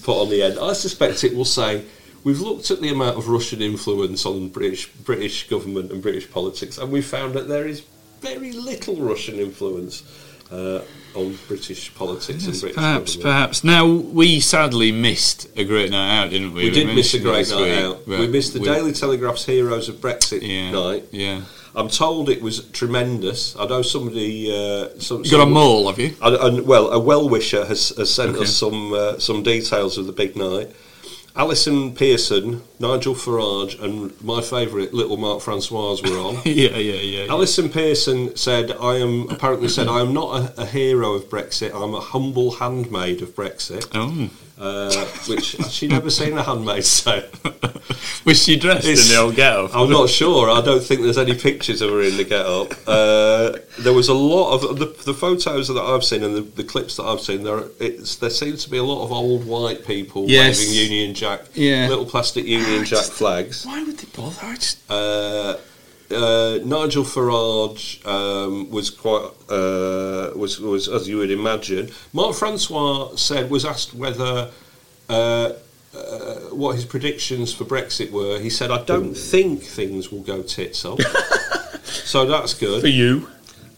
put on the end. I suspect it will say. We've looked at the amount of Russian influence on British British government and British politics, and we found that there is very little Russian influence uh, on British politics and
Yes,
British
perhaps,
government.
perhaps. Now we sadly missed a great night out, didn't we?
We did miss
mentioned
a great
this
night
week,
out.
but
We missed the
we-
Daily Telegraph's Heroes of Brexit
yeah,
night.
Yeah,
I'm told it was tremendous. I know somebody. Uh, some,
you got a
some-
mole, have you? [laughs]
And, and well, a well wisher has, has sent
Okay.
us some uh, some details of the big night. Alison Pearson, Nigel Farage, and my favourite, little Mark Francois, were on.
yeah, yeah, [laughs] yeah. yeah.
Alison Pearson said, "I am apparently said I am not a, a hero of Brexit. I'm a humble handmaid of Brexit."
Oh,
Uh, which she never seen a handmaid say. [laughs]
was she dressed
It's-
in the old get-up?
I'm not sure. I don't think there's any pictures of her in the get-up. Uh, there was a lot of the, the photos that I've seen and the, the clips that I've seen. There, it's, there seems to be a lot of old white people
Yes.
waving Union Jack,
Yeah.
little plastic Union Jack flags.
Why would they bother? I just
Uh, uh, Nigel Farage um, was quite uh, was was as you would imagine. Mark Francois said was asked whether. Uh, uh, what his predictions for Brexit were, he said, "I don't think things will go tits up." so that's
for
good.
you.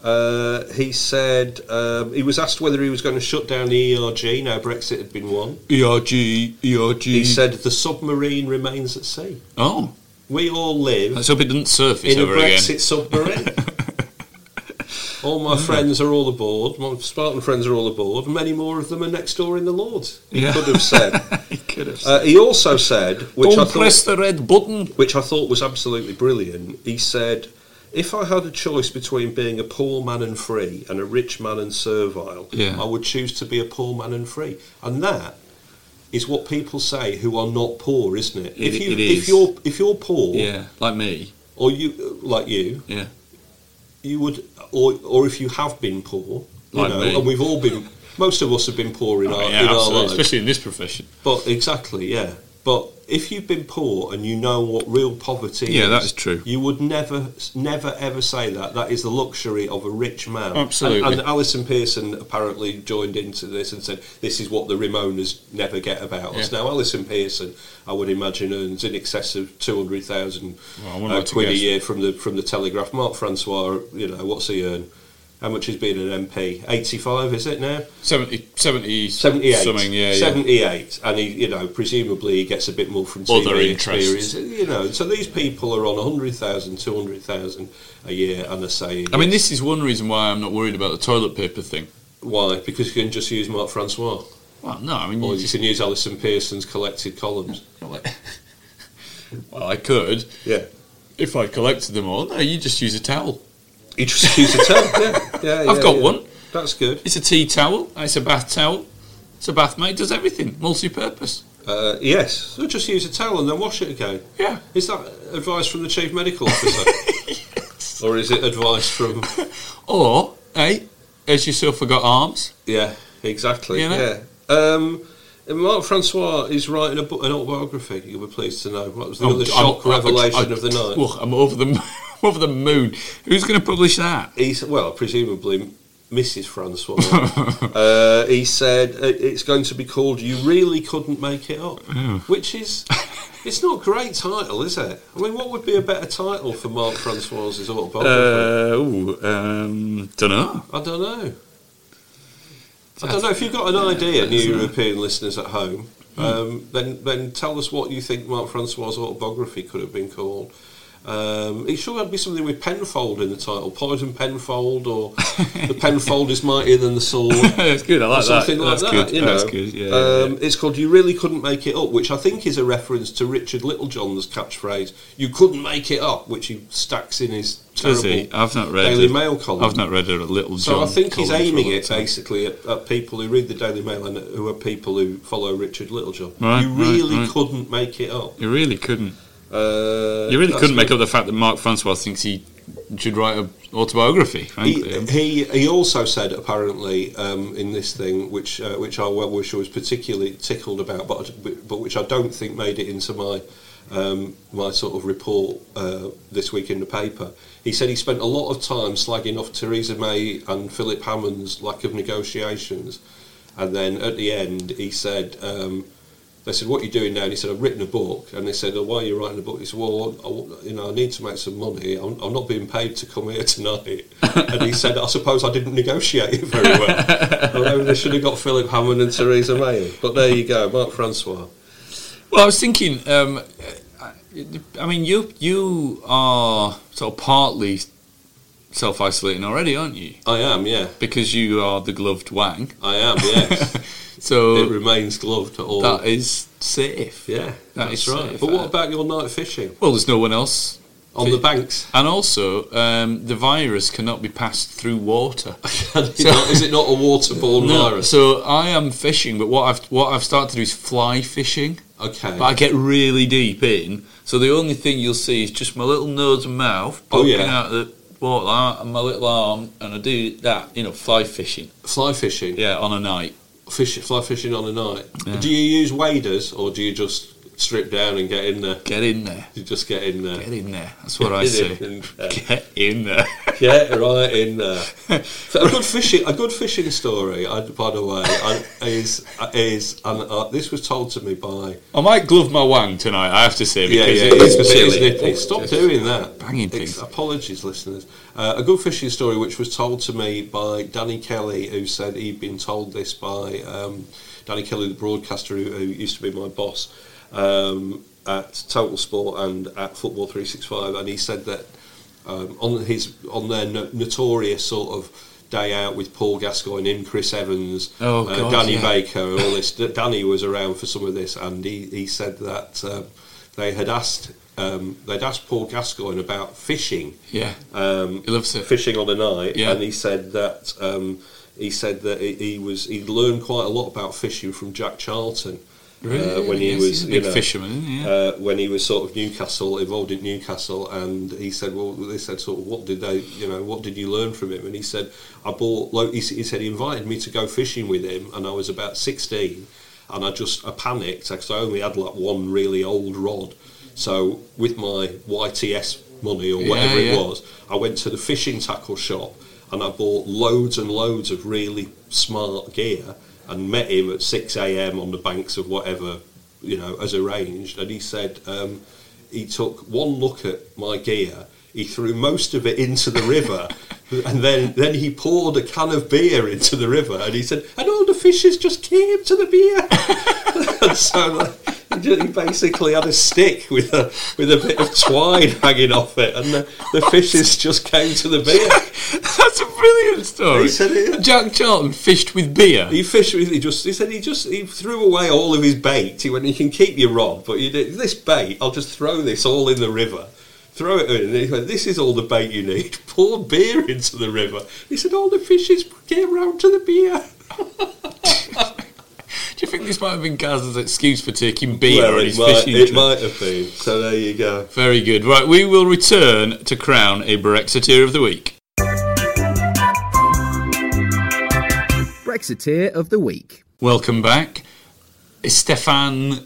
Uh, he said um, he was asked whether he was going to shut down the ERG now Brexit had been won.
E ERG, ERG.
He said the submarine remains at sea.
"Oh,
We all live
let's hope it doesn't surface
in a
ever
Brexit
again." [laughs]
submarine. all my
Hmm.
friends are all aboard. My Spartan friends are all aboard. Many more of them are next door in the Lords. He
Yeah.
could have said.
[laughs] He could have.
Uh, he also said, which I
Don't
thought,
press the red button.
which I thought was absolutely brilliant. He said, "If I had a choice between being a poor man and free and a rich man and servile,
Yeah.
I would choose to be a poor man and free." And that is what people say who are not poor, isn't it?
It-
if you
it
if
is.
you're if you're poor
Yeah, like me.
or you like you,
Yeah.
you would or or if you have been poor, you
Like
know,
me. Oh,
and we've all been. Most of us have been poor in our
yeah,
in our
absolutely,
lives.
especially in this profession.
But exactly, yeah. But if you've been poor and you know what real poverty is,
Yeah, that is true.
You would never, never, ever say that. That is the luxury of a rich man.
Absolutely.
And, and Alison Pearson apparently joined into this and said, "This is what the Ramonas never get about us."
Yeah.
Now, Alison Pearson, I would imagine, earns in excess of two hundred thousand uh,
Well, I wouldn't like to
quid a
guess.
year from the from the Telegraph. Mark Francois, you know, what's he earn? How much is being an MP? Eighty-five, is it now?
70, 70
78.
something, yeah, yeah.
78. E And he, you know, presumably he gets a bit more from TV
Other
experience.
interests.
You know, so these people are on 100,000, 200,000 a year and they're saying.
I mean,
yes.
this is one reason why I'm not worried about the toilet paper thing.
Why? Because you can just use Mark Francois.
Well, no, I mean,
Or
you
you
just,
can use Alison Pearson's collected
[laughs]
columns.
well, I could
Yeah.
if I collected them all. No, you just use a towel.
You just use
[laughs]
a tub. Yeah. yeah
I've
yeah,
got
yeah.
one.
That's good.
It's a tea towel. It's a bath towel. It's a bath mate. Does everything multi-purpose.
Uh, yes. So just use a towel and then wash it again.
Yeah. [laughs]
Is that advice from the chief medical officer? Or is it advice from.
Or hey, as yourself forgot arms.
Yeah, exactly.
You know?
Yeah. Um, and Mark Francois is writing a book, an autobiography. You'll be pleased to know. What was the
I'm-
other
I'm-
shock
I'm-
revelation
I'm-
of the night?
Oh, I'm over the [laughs] mo- over the moon. Who's going to publish that?
He's well, presumably
[laughs]
Mrs. Francois. uh, he said uh, it's going to be called "You Really Couldn't Make It Up," which is. It's not a great title, is it? I mean, what would be a better title for Mark
[laughs]
Francois's autobiography?
Uh, ooh, um, don't know.
I don't know. I don't know if you've got an idea, new European listeners at home.
Hmm.
Um, then, then tell us what you think Mark Francois' autobiography could have been called. Um, it should be something with Penfold in the title, Poison Penfold, or
[laughs]
the Penfold is mightier than the sword, or
That's good. I like that.
something like
That's
that.
good.
You know,
That's good. Yeah. yeah,
um, it's called "You Really Couldn't Make It Up," which I think is a reference to Richard Littlejohn's catchphrase "You couldn't make it up," which he stacks in his
yeah. Does
terrible
he? I've not read
Daily
it.
Mail column.
I've not read it a little.
So I
John
think
column
he's
for a
aiming
long
it
time.
basically at, at people who read the Daily Mail and who are people who follow Richard Littlejohn.
Right,
you
right,
really
right.
couldn't make it up.
You really couldn't.
Uh,
You really
that's
couldn't make
good.
up the fact that Mark Francois thinks he should write an autobiography. Frankly,
He, he he also said apparently um, in this thing which uh, which our well wisher was particularly tickled about, but but which I don't think made it into my um, my sort of report uh, this week in the paper. He said he spent a lot of time slagging off Theresa May and Philip Hammond's lack of negotiations, and then at the end he said. Um, they said, "What are you doing now?" And he said, "I've written a book." And they said, oh, "Why are you writing a book?" He said, "Well, I, want- you know, I need to make some money. I'm, I'm not being paid to come here [laughs] tonight." and he said, "I suppose I didn't negotiate it very [laughs] well. Although they should have got Philip Hammond and Theresa May." But there you go, Mark Francois.
Well, I was thinking. Um, I- I mean, you you are sort of partly self isolating already, aren't you?
I am, yeah,
Because you are the gloved wang.
I am, yes. [laughs] it
So
remains gloved at all.
that is safe.
yeah,
is
that's right.
safe,
But
uh,
what about your night fishing
Well, there's no one else,
on the banks?
and also um, the virus cannot be passed through water.
[laughs] is it not a
[laughs]
waterborne
No,
virus?
so I am fishing, but what I've what I've started to do is fly fishing.
Okay.
But I get really deep in, so the only thing you'll see is just my little nose and mouth
Oh,
poking
yeah.
out of the water, like that, and my little arm, and I do that, you know, fly fishing.
Fly fishing.
Yeah, on a night.
fish, fly fishing on a night.
Yeah.
Do you use waders or do you just strip down and get in there?
Get in there,
You just get in there.
get in there. That's what I
Get
say.
in there.
Get in there.
Get right in there. So a good fishing, a good fishing story. I, by the way, I, is is and uh, this was told to me by
I might glove my wang tonight. I have to say because
yeah,
it
yeah,
is
it's,
silly.
it's nippy. Stop doing that.
banging
It's-
things.
Apologies, listeners. Uh, a good fishing story, which was told to me by Danny Kelly, who said he'd been told this by um, Danny Kelly, the broadcaster who, who used to be my boss um, at Total Sport and at Football Three Six Five, and he said that um, on his on their no- notorious sort of. Day out with Paul Gascoigne in, Chris Evans,
Oh,
uh,
God,
Danny
yeah.
Baker, all this. Danny was around for some of this, and he, he said that um, they had asked um, they'd asked Paul Gascoigne about fishing,
Yeah,
um,
he loves it.
fishing on a night,
Yeah.
and he said that um, he said that he, he was he'd learned quite a lot about fishing from Jack Charlton uh, when he
Yes,
was
he's a
you
big
know,
fisherman. Isn't he? Yeah.
uh, when he was sort of Newcastle, involved in Newcastle, and he said, "Well, they said sort of what did they, you know, what did you learn from him?" And he said, "I bought." Like, he, s- he said he invited me to go fishing with him, and I was about sixteen, and I just I panicked because I only had like one really old rod, so with my YTS money or
Yeah,
whatever it
yeah.
was, I went to the fishing tackle shop and I bought loads and loads of really smart gear and met him at 6 a.m. on the banks of whatever, you know, as arranged. And he said um, he took one look at my gear, he threw most of it into the
[laughs]
river. And then, then he poured a can of beer into the river, and he said, "And all the fishes just came to the beer." and [laughs] so like, he ju- he basically had a stick with a with a bit of twine hanging off it, and the, the fishes just came to the beer.
[laughs] That's a brilliant story.
He said it.
Jack Charlton fished with beer.
He fished. with- He just. He said he just. He threw away all of his bait. He went. You can keep your rod, but you did, this bait, I'll just throw this all in the river. Throw it in. And he went. This is all the bait you need. [laughs] Pour beer into the river. He said all the fishes came round to the beer.
Do you think this might have been Gaz's excuse for taking beer
Well,
on
it
his
might,
fishing
it
trip?
might have been. So there you go.
Very good. Right, we will return to crown a Brexiteer of the week.
Brexiteer of the Week.
Welcome back,
[laughs]
Stefan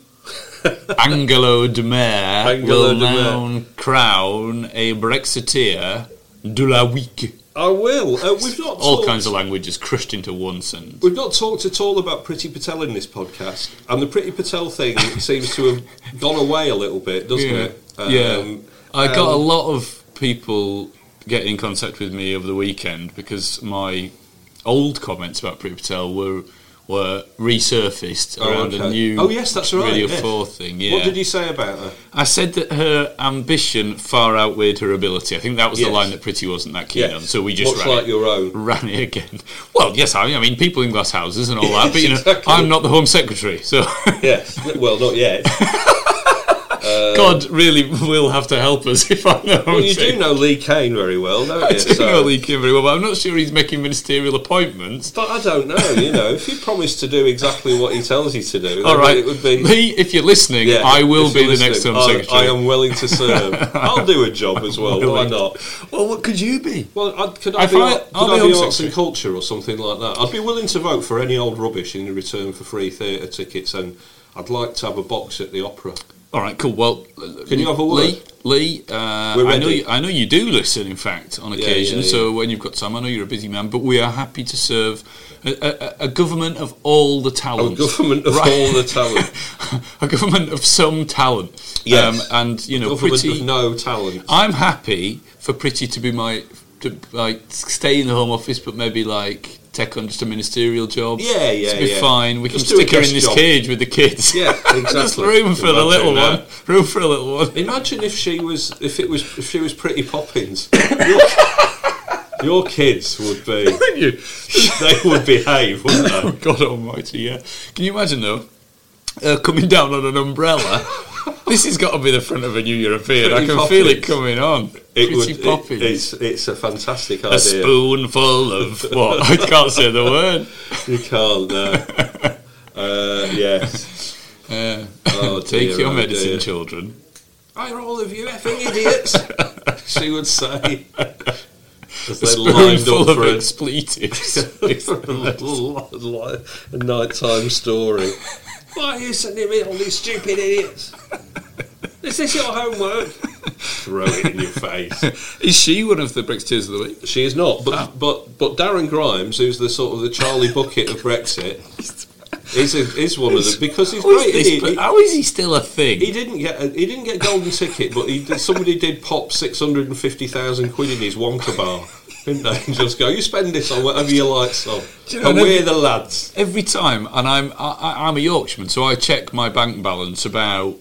Angelo de Mer
Angelo
will
de Mare.
now crown a Brexiteer de la week.
I will. Uh, we've not
All
talked-
kinds of languages crushed into one sentence.
We've not talked at all about Pretty Patel in this podcast, and the Pretty
[laughs]
Patel thing seems to have gone away a little bit, doesn't
yeah.
it?
yeah. I got a
um,
lot of people getting in contact with me over the weekend because my old comments about Pretty Patel were were resurfaced
Oh,
around
okay.
a new
Oh, yes, that's right,
Radio
yes.
4 thing. Yeah.
What did you say about her?
I said that her ambition far outweighed her ability. I think that was the
Yes.
line that Pretty wasn't that keen
Yes.
on, so we just
Much
ran
like
it.
your own.
[laughs] Ran it again. Well, yes, I mean, I mean people in glass houses and all that, but you know,
exactly. Uh,
I'm not the Home Secretary, so [laughs]
Yes. Well, not yet.
God really will have to help us [laughs] if I know.
[laughs] well, you do know Lee Kane very well,
[laughs]
don't
I
you?
do
So-
know Lee Kim very well, but I'm not sure he's making ministerial appointments.
But I don't know. You know, if you promise to do exactly what he tells you to do, then
All right,
it would be.
Lee, if you're listening,
Yeah,
I will
if you're
be the next
listening,
Home
I-
Secretary.
I am willing to serve.
[laughs]
I'll do a job as well. Why
willing.
not?
Well, what could you be?
Well, I'd, could I
If
be,
I-
could
I'll
I
be
be
on
arts
secretary.
and culture or something like that? I'd be willing to vote for any old rubbish in return for free theatre tickets, and I'd like to have a box at the opera.
All right, cool. Well,
Can you have a
Lee,
word?
Lee, uh,
We're
I know
ready.
you, I know you do listen. In fact, on
yeah,
occasion.
yeah.
So when you've got time, I know you're a busy man, but we are happy to serve a, a- a, a government of all the
A
talents.
government of
Oh, Right.
all the talent.
[laughs] a government of some talent. Um,
Yes.
and you know, [laughs]
government
pretty.
of no talent.
I'm happy for Pretty to be my to like stay in the Home Office, but maybe like take on just a ministerial job.
Yeah, yeah,
To be
yeah.
fine. We
Just
can
do a
stick her in
guest
this
job.
cage with the kids.
Yeah,
[laughs] just
exactly.
room for the
Imagine
little
that.
one. Room for a little one. [laughs]
Imagine if she was, if it was, if she was Pretty
[laughs]
Poppins. Your- Your kids would be,
Wouldn't you?
they would behave, wouldn't
Oh,
they?
God Almighty! Yeah. Can you imagine though? Uh, coming down on an
[laughs]
umbrella. this has got to be the front of a new European. I
Pretty
can feel it
Poppins.
coming on.
It
Pretty
would. it-
Poppins.
it's it's a fantastic
a
idea.
spoonful of
[laughs]
what? I can't say the word.
You can't.
[laughs]
No. uh, yes.
Yeah.
Oh,
Uh, Take
dear,
your
oh,
medicine,
dear.
children.
Are all of you effing
[laughs]
idiots? she would say. As
A
they lined
spoonful
up
of
for a,
expletives.
[laughs] a nighttime story. Why are you sending me all these stupid idiots? Is this your homework? Throw it in your face.
Is she one of the Brexiteers of the week?
She is not, but
Ah.
but but Darren Grimes, who's the sort of the Charlie Bucket of
[laughs]
Brexit, is a, is one of them because he's
How is
great.
this-
He, he-
how is he still a thing?
he didn't get a, he didn't get a golden ticket, but he did, somebody did pop six hundred and fifty thousand quid in his Wonka bar, didn't they? And just go, you spend this on whatever you like, son.
Do you know
and
what I
we're the lads.
Every time, and I'm I, I- I'm a Yorkshireman, so I check my bank balance about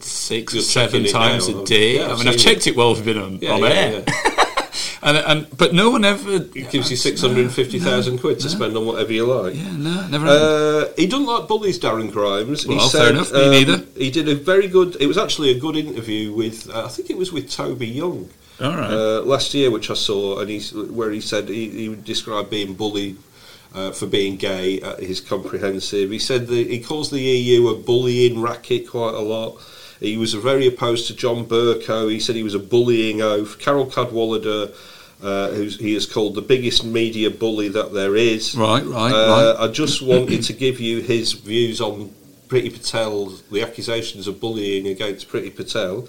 six or
You're
seven
checking it
times
now,
a day.
yeah,
I
I've
mean, I've
seen
checked it while we've been on,
Yeah,
on
yeah,
air, and and but no one ever.
It gives you six hundred and fifty thousand quid to spend on whatever you like.
Yeah, no, never. happened.
Uh, he doesn't like bullies, Darren Grimes.
Well,
he
fair
said, um,
enough, me neither.
He did a very good. It was actually a good interview with. Uh, I think it was with Toby Young
All right.
uh, last year, which I saw, and he's where he said he, he described being bullied. Uh, for being gay at his comprehensive. He said that he calls the EU a bullying racket quite a lot. He was very opposed to John Burko. He said he was a bullying oaf. Carol Cadwallader, uh, who he has called the biggest media bully that there is.
right, right,
Uh,
right.
I just wanted to give you his views on Pretty Patel, the accusations of bullying against Pretty Patel.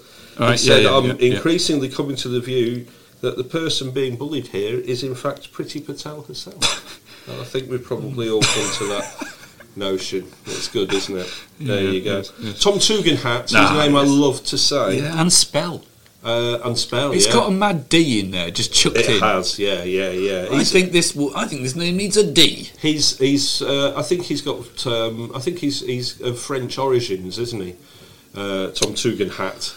All right,
he said,
yeah, yeah,
I'm
yeah, yeah.
increasingly coming to the view that the person being bullied here is, in fact, Pretty Patel
[laughs]
herself. and I think we've probably all come to that notion. It's good, isn't it? There
Yeah,
you go.
yes, yes.
Tom Tugendhat,
Nah,
his name I
yes.
love to say,
Yeah, and spell.
uh, and spell.
It's
yeah.
got a mad D in there, just chucked
it
in.
has, yeah, yeah, yeah.
I think this. will- I think this name needs a D.
He's he's. Uh, I think he's got. Um, I think he's he's of French origins, isn't he? Uh, Tom Tugendhat.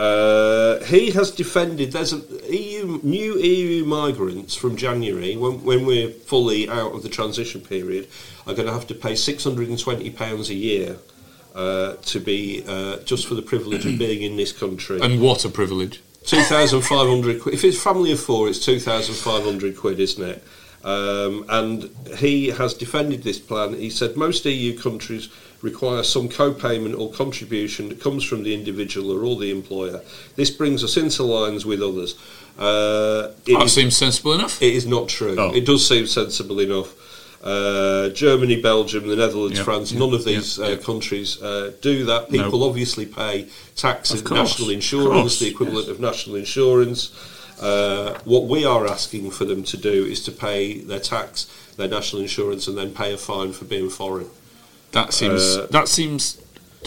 Uh, he has defended. There's a EU, new EU migrants from January when when we're fully out of the transition period are going to have to pay six hundred and twenty pounds a year uh, to be uh, just for the privilege of being in this country.
And what a privilege.
Two thousand five hundred quid. If it's family of four, it's two thousand five hundred quid, isn't it? Um, and he has defended this plan. He said most EU countries require some co-payment or contribution that comes from the individual or all the employer. This brings us into lines with others. Uh, it
That
is-
seems sensible enough.
it is not true.
Oh.
It does seem sensible enough. Uh, Germany, Belgium, the Netherlands,
Yeah,
France,
yeah,
none of
yeah,
these
yeah.
uh, countries uh, do that.
No.
People obviously pay tax
Of
and
course,
national
of
insurance,
course,
the equivalent of national insurance. Uh, what we are asking for them to do is to pay their tax, their national insurance, and then pay a fine for being foreign.
That seems.
uh,
that seems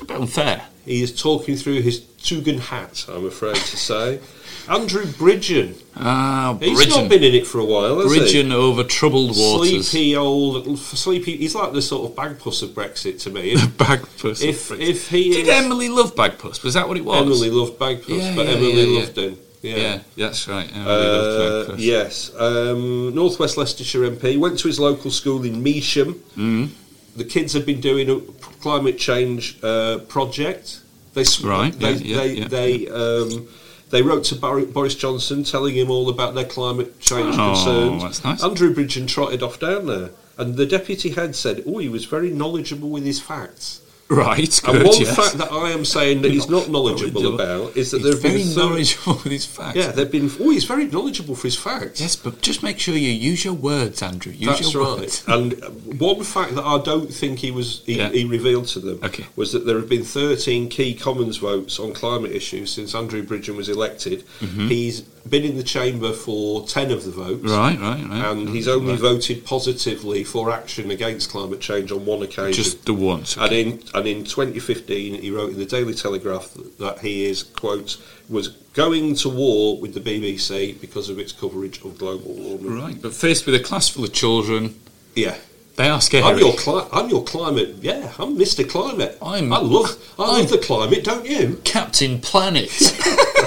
a bit unfair.
He is talking through his Tugan hat, I'm afraid to say. Andrew Bridgen.
Ah,
He's
Bridgen.
not been in it for a while, has he?
Bridgen over troubled waters.
Sleepy old, sleepy. He's like the sort of bagpuss of Brexit
[laughs]
to me. If
Bagpuss.
if, if he
Did
is,
Emily love Bagpuss? Was that what it was?
Emily loved bagpuss,
Yeah,
but
yeah,
Emily
yeah,
loved him. Yeah.
Yeah, that's right. Emily
Uh,
loved Bagpuss.
yes, um, North West Leicestershire MP went to his local school in Measham.
Mm.
The kids have been doing a climate change uh, project. They sw-
Right,
they
yeah, yeah,
they
yeah,
they, Um, they wrote to Bar- Boris Johnson telling him all about their climate change
Oh,
concerns.
that's nice.
Andrew Bridgen trotted off down there, and the deputy head said, "Oh, he was very knowledgeable with his facts."
Right. Good,
And one
yes.
fact that I am saying that he's not knowledgeable about is that
He's
there have been
very
thorough-
knowledgeable with his facts.
Yeah, they've been. Oh, he's very knowledgeable for his facts.
Yes, but just make sure you use your words, Andrew. Use
That's
your
right.
words.
And one fact that I don't think he was he,
Yeah.
he revealed to them
Okay.
was that there have been 13 key Commons votes on climate issues since Andrew Bridgen was elected. He's been in the chamber for 10 of the votes.
Mm-hmm. Right, right, right.
And he's only voted positively for action against climate change on one occasion.
Just the once.
And in and in 2015, he wrote in the Daily Telegraph that he is quote was going to war with the BBC because of its coverage of global warming.
Right, but faced with a class full of children,
Yeah,
they are scary.
I'm your cli- I'm your climate. Yeah, I'm Mr. Climate.
I'm-
I love I
I'm-
love the climate. Don't
[laughs]
you?
Captain Planet.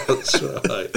That's right.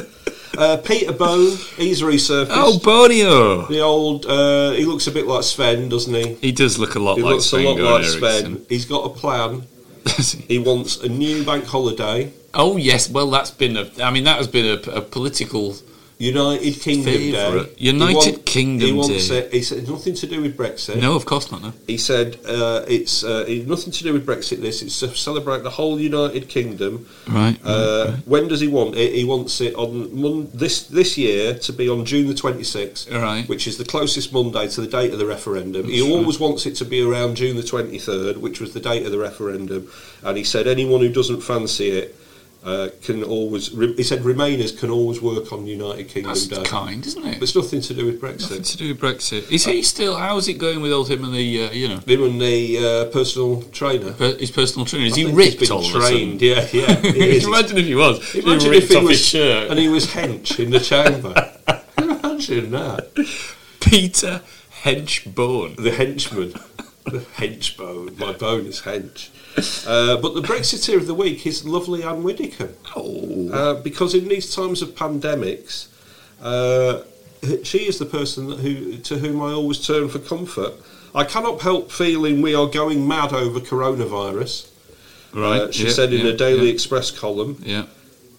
Uh, Peter Bone, he's resurfaced.
[laughs] oh, Bonio.
The old, uh, he looks a bit like Sven, doesn't he?
He does look a lot
He
like
looks
Sven
a lot like
Goran
Sven. He's got a plan.
Eriksson. [laughs]
He wants a new bank holiday,
oh yes, well that's been a. I mean that has been a, a political.
United Kingdom
Favourite.
Day.
United
he
Kingdom
he wants
Day.
It, he said nothing to do with Brexit.
No, of course not. No.
He said uh, it's uh, it's nothing to do with Brexit. This it's to celebrate the whole United Kingdom.
Mm, Right.
Uh, when does he want it? He wants it on mon- this this year to be on June the 26th,
Right.
which is the closest Monday to the date of the referendum. he
That's right.
always wants it to be around June the 23rd, which was the date of the referendum. And he said anyone who doesn't fancy it uh, can always. Re- he said Remainers can always work on United Kingdom
that's
Day.
kind, isn't
But
it?
It's nothing to do with
Nothing
Brexit.
to do with Brexit. Is
Uh,
he still? How's it going with old him and the? Uh, you know,
Him and the uh, personal trainer.
per, his personal trainer. Is
I
he
think
ripped?
he's been
all of a
trained?
sudden?
Yeah, [laughs] yeah.
[laughs]
he is.
Imagine if he was.
Imagine
he
if
ripped
he
off
was
his shirt.
[laughs] and he was hench in
[laughs]
the chamber. Imagine that.
Peter Henchbone.
The henchman. The henchbone. My bone is hench. Uh, but the Brexiteer of the week is lovely Anne Widdicombe.
Oh.
Uh, because in these times of pandemics, uh, she is the person that who to whom I always turn for comfort. I cannot help feeling we are going mad over coronavirus.
Right.
Uh, she
yeah,
said in
yeah,
a Daily
yeah,
Express column,
Yeah.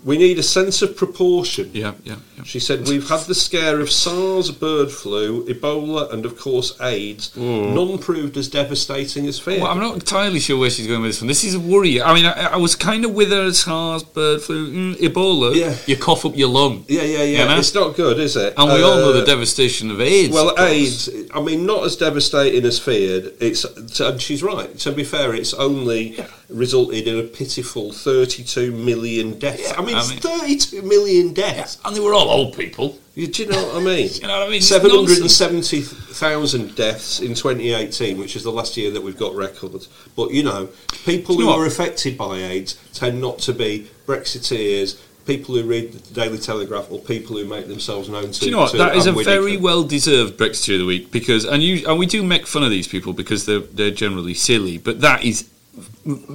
"We need a sense of proportion."
Yeah. Yeah. yeah.
She said, We've had the scare of SARS, bird flu, Ebola, and of course AIDS. None proved as devastating as feared.
Well, I'm not entirely sure where she's going with this one. This is a worry. I mean, I, I was kind of with her as SARS, bird flu, mm, Ebola.
Yeah.
You cough up your lung.
yeah, yeah, yeah.
You know?
It's not good, is it?
And we all know
Uh,
the devastation of AIDS. of
Well,
course.
AIDS, I mean, not as devastating as feared. It's, and she's right. To be fair, it's only resulted in a pitiful 32 million deaths. I mean,
I
it's
mean-
32 million deaths.
And they were all old people.
You- Do you know what I mean?
[laughs] You know what I mean? It's
770,000 deaths in 2018, which is the last year that we've got records. But, you know, people
Do you
who
know
are
what?
affected by AIDS tend not to be Brexiteers, people who read the Daily Telegraph, or people who make themselves known to.
Do you know what?
to
That is a
Anne
very
Widdicombe.
well deserved Brexiteer of the week because, and you and we do make fun of these people because they're they're generally silly, but that is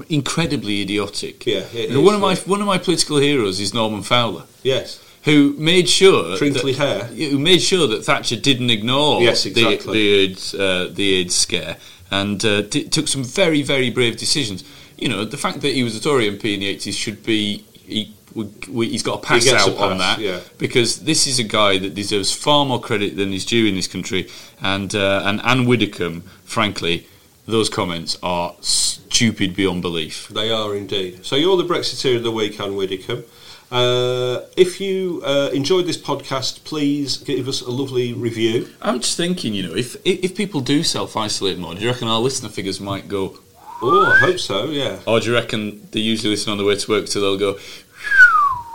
incredibly idiotic.
Yeah, it
And one
is,
of my
yeah.
one of my political heroes is Norman Fowler.
Yes.
who made sure
Crinkly
that,
hair.
who made sure that Thatcher didn't ignore
Yes,
the,
exactly.
the AIDS uh, the AIDS scare and uh, t- took some very very brave decisions. You know, the fact that he was a Tory MP in the eighties should be he, we, we, he's got a pass
gets
out
a
on
pass,
that
yeah.
because this is a guy that deserves far more credit than is due in this country. And uh, and Anne Widdecombe, frankly, those comments are stupid beyond belief.
They are indeed. So you're the Brexiteer of the week, Anne Widdicombe. Uh, if you uh, enjoyed this podcast, please give us a lovely review.
I'm just thinking, you know, if if, if people do self isolate more, do you reckon our listener figures might go?
Oh, I hope so. Yeah.
Or do you reckon they usually listen on the way to work, so they'll go,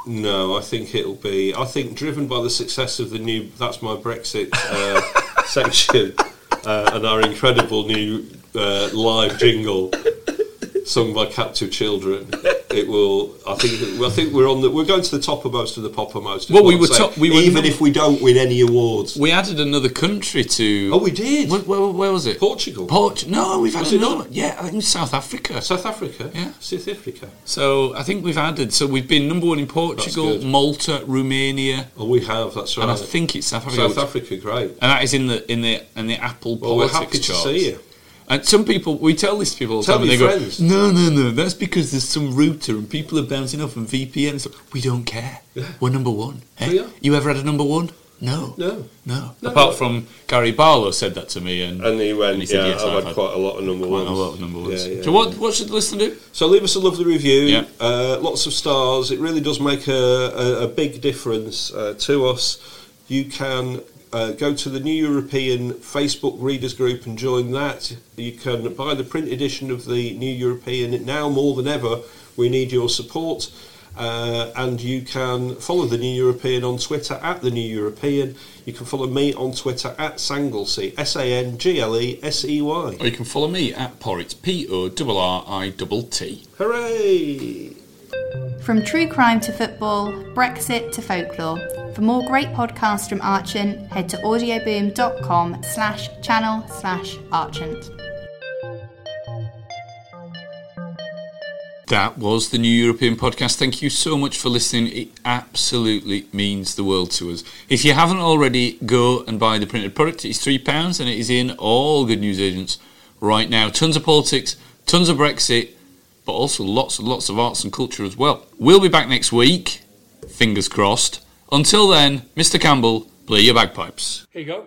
No, I think it'll be. I think driven by the success of the new "That's My Brexit"
[laughs]
uh, section uh, and our incredible new uh, live jingle sung by captive children, it will. I think. I think we're on the. We're going to the top of most of the popper most. is
Well, we
what I'm
were
saying,
top- we were
even
num-
if we don't win any awards.
"We added another country to."
Oh, we did.
Where, where, where was it?
Portugal.
Port- no, we've
Was
had
it
another.
not?
Yeah, I think it was South Africa.
South Africa.
Yeah.
South Africa.
So I think we've added. So we've been number one in Portugal,
good.
Malta, Romania,
Oh, we have. That's right.
and I think it's South Africa.
South
which-
Africa. Great.
and that is in the in the in the Apple
Well, we're
politics
happy to
charts.
see you.
And some people, we tell this to people all the
Tell
time, and they
your
go,
friends.
"No, no, no, that's because there's some router and people are bouncing off and VPN." It's like, we don't care. We're number one. eh?
We are.
You ever had a number one? No,
No.
no.
No.
Apart from Gary Barlow said that to me, and,
And he went,
And he said,
yeah,
yes,
I've,
I've
had,
had
quite a lot of number
quite
ones.
a lot of number ones.
Yeah, yeah,
so what
yeah.
what should the listener do?
So leave us a lovely review.
Yeah.
Uh, lots of stars. It really does make a, a, a big difference uh, to us. You can uh, go to the New European Facebook readers group and join that. You can buy the print edition of the New European. Now more than ever, we need your support. Uh, and you can follow the New European on Twitter at the New European. You can follow me on Twitter at Sanglesey, S A N G L E S E Y.
Or you can follow me at Porritt, P O R R I T T.
Hooray!
From true crime to football, Brexit to folklore. For more great podcasts from Archant, head to audioboom.com slash channel slash Archant.
That was the New European Podcast. Thank you so much for listening. It absolutely means the world to us. If you haven't already, go and buy the printed product. It's £3 and it is in all good news agents right now. Tons of politics, tons of Brexit, but also lots and lots of arts and culture as well. We'll be back next week, fingers crossed. Until then, Mr. Campbell, play your bagpipes.
Here you go.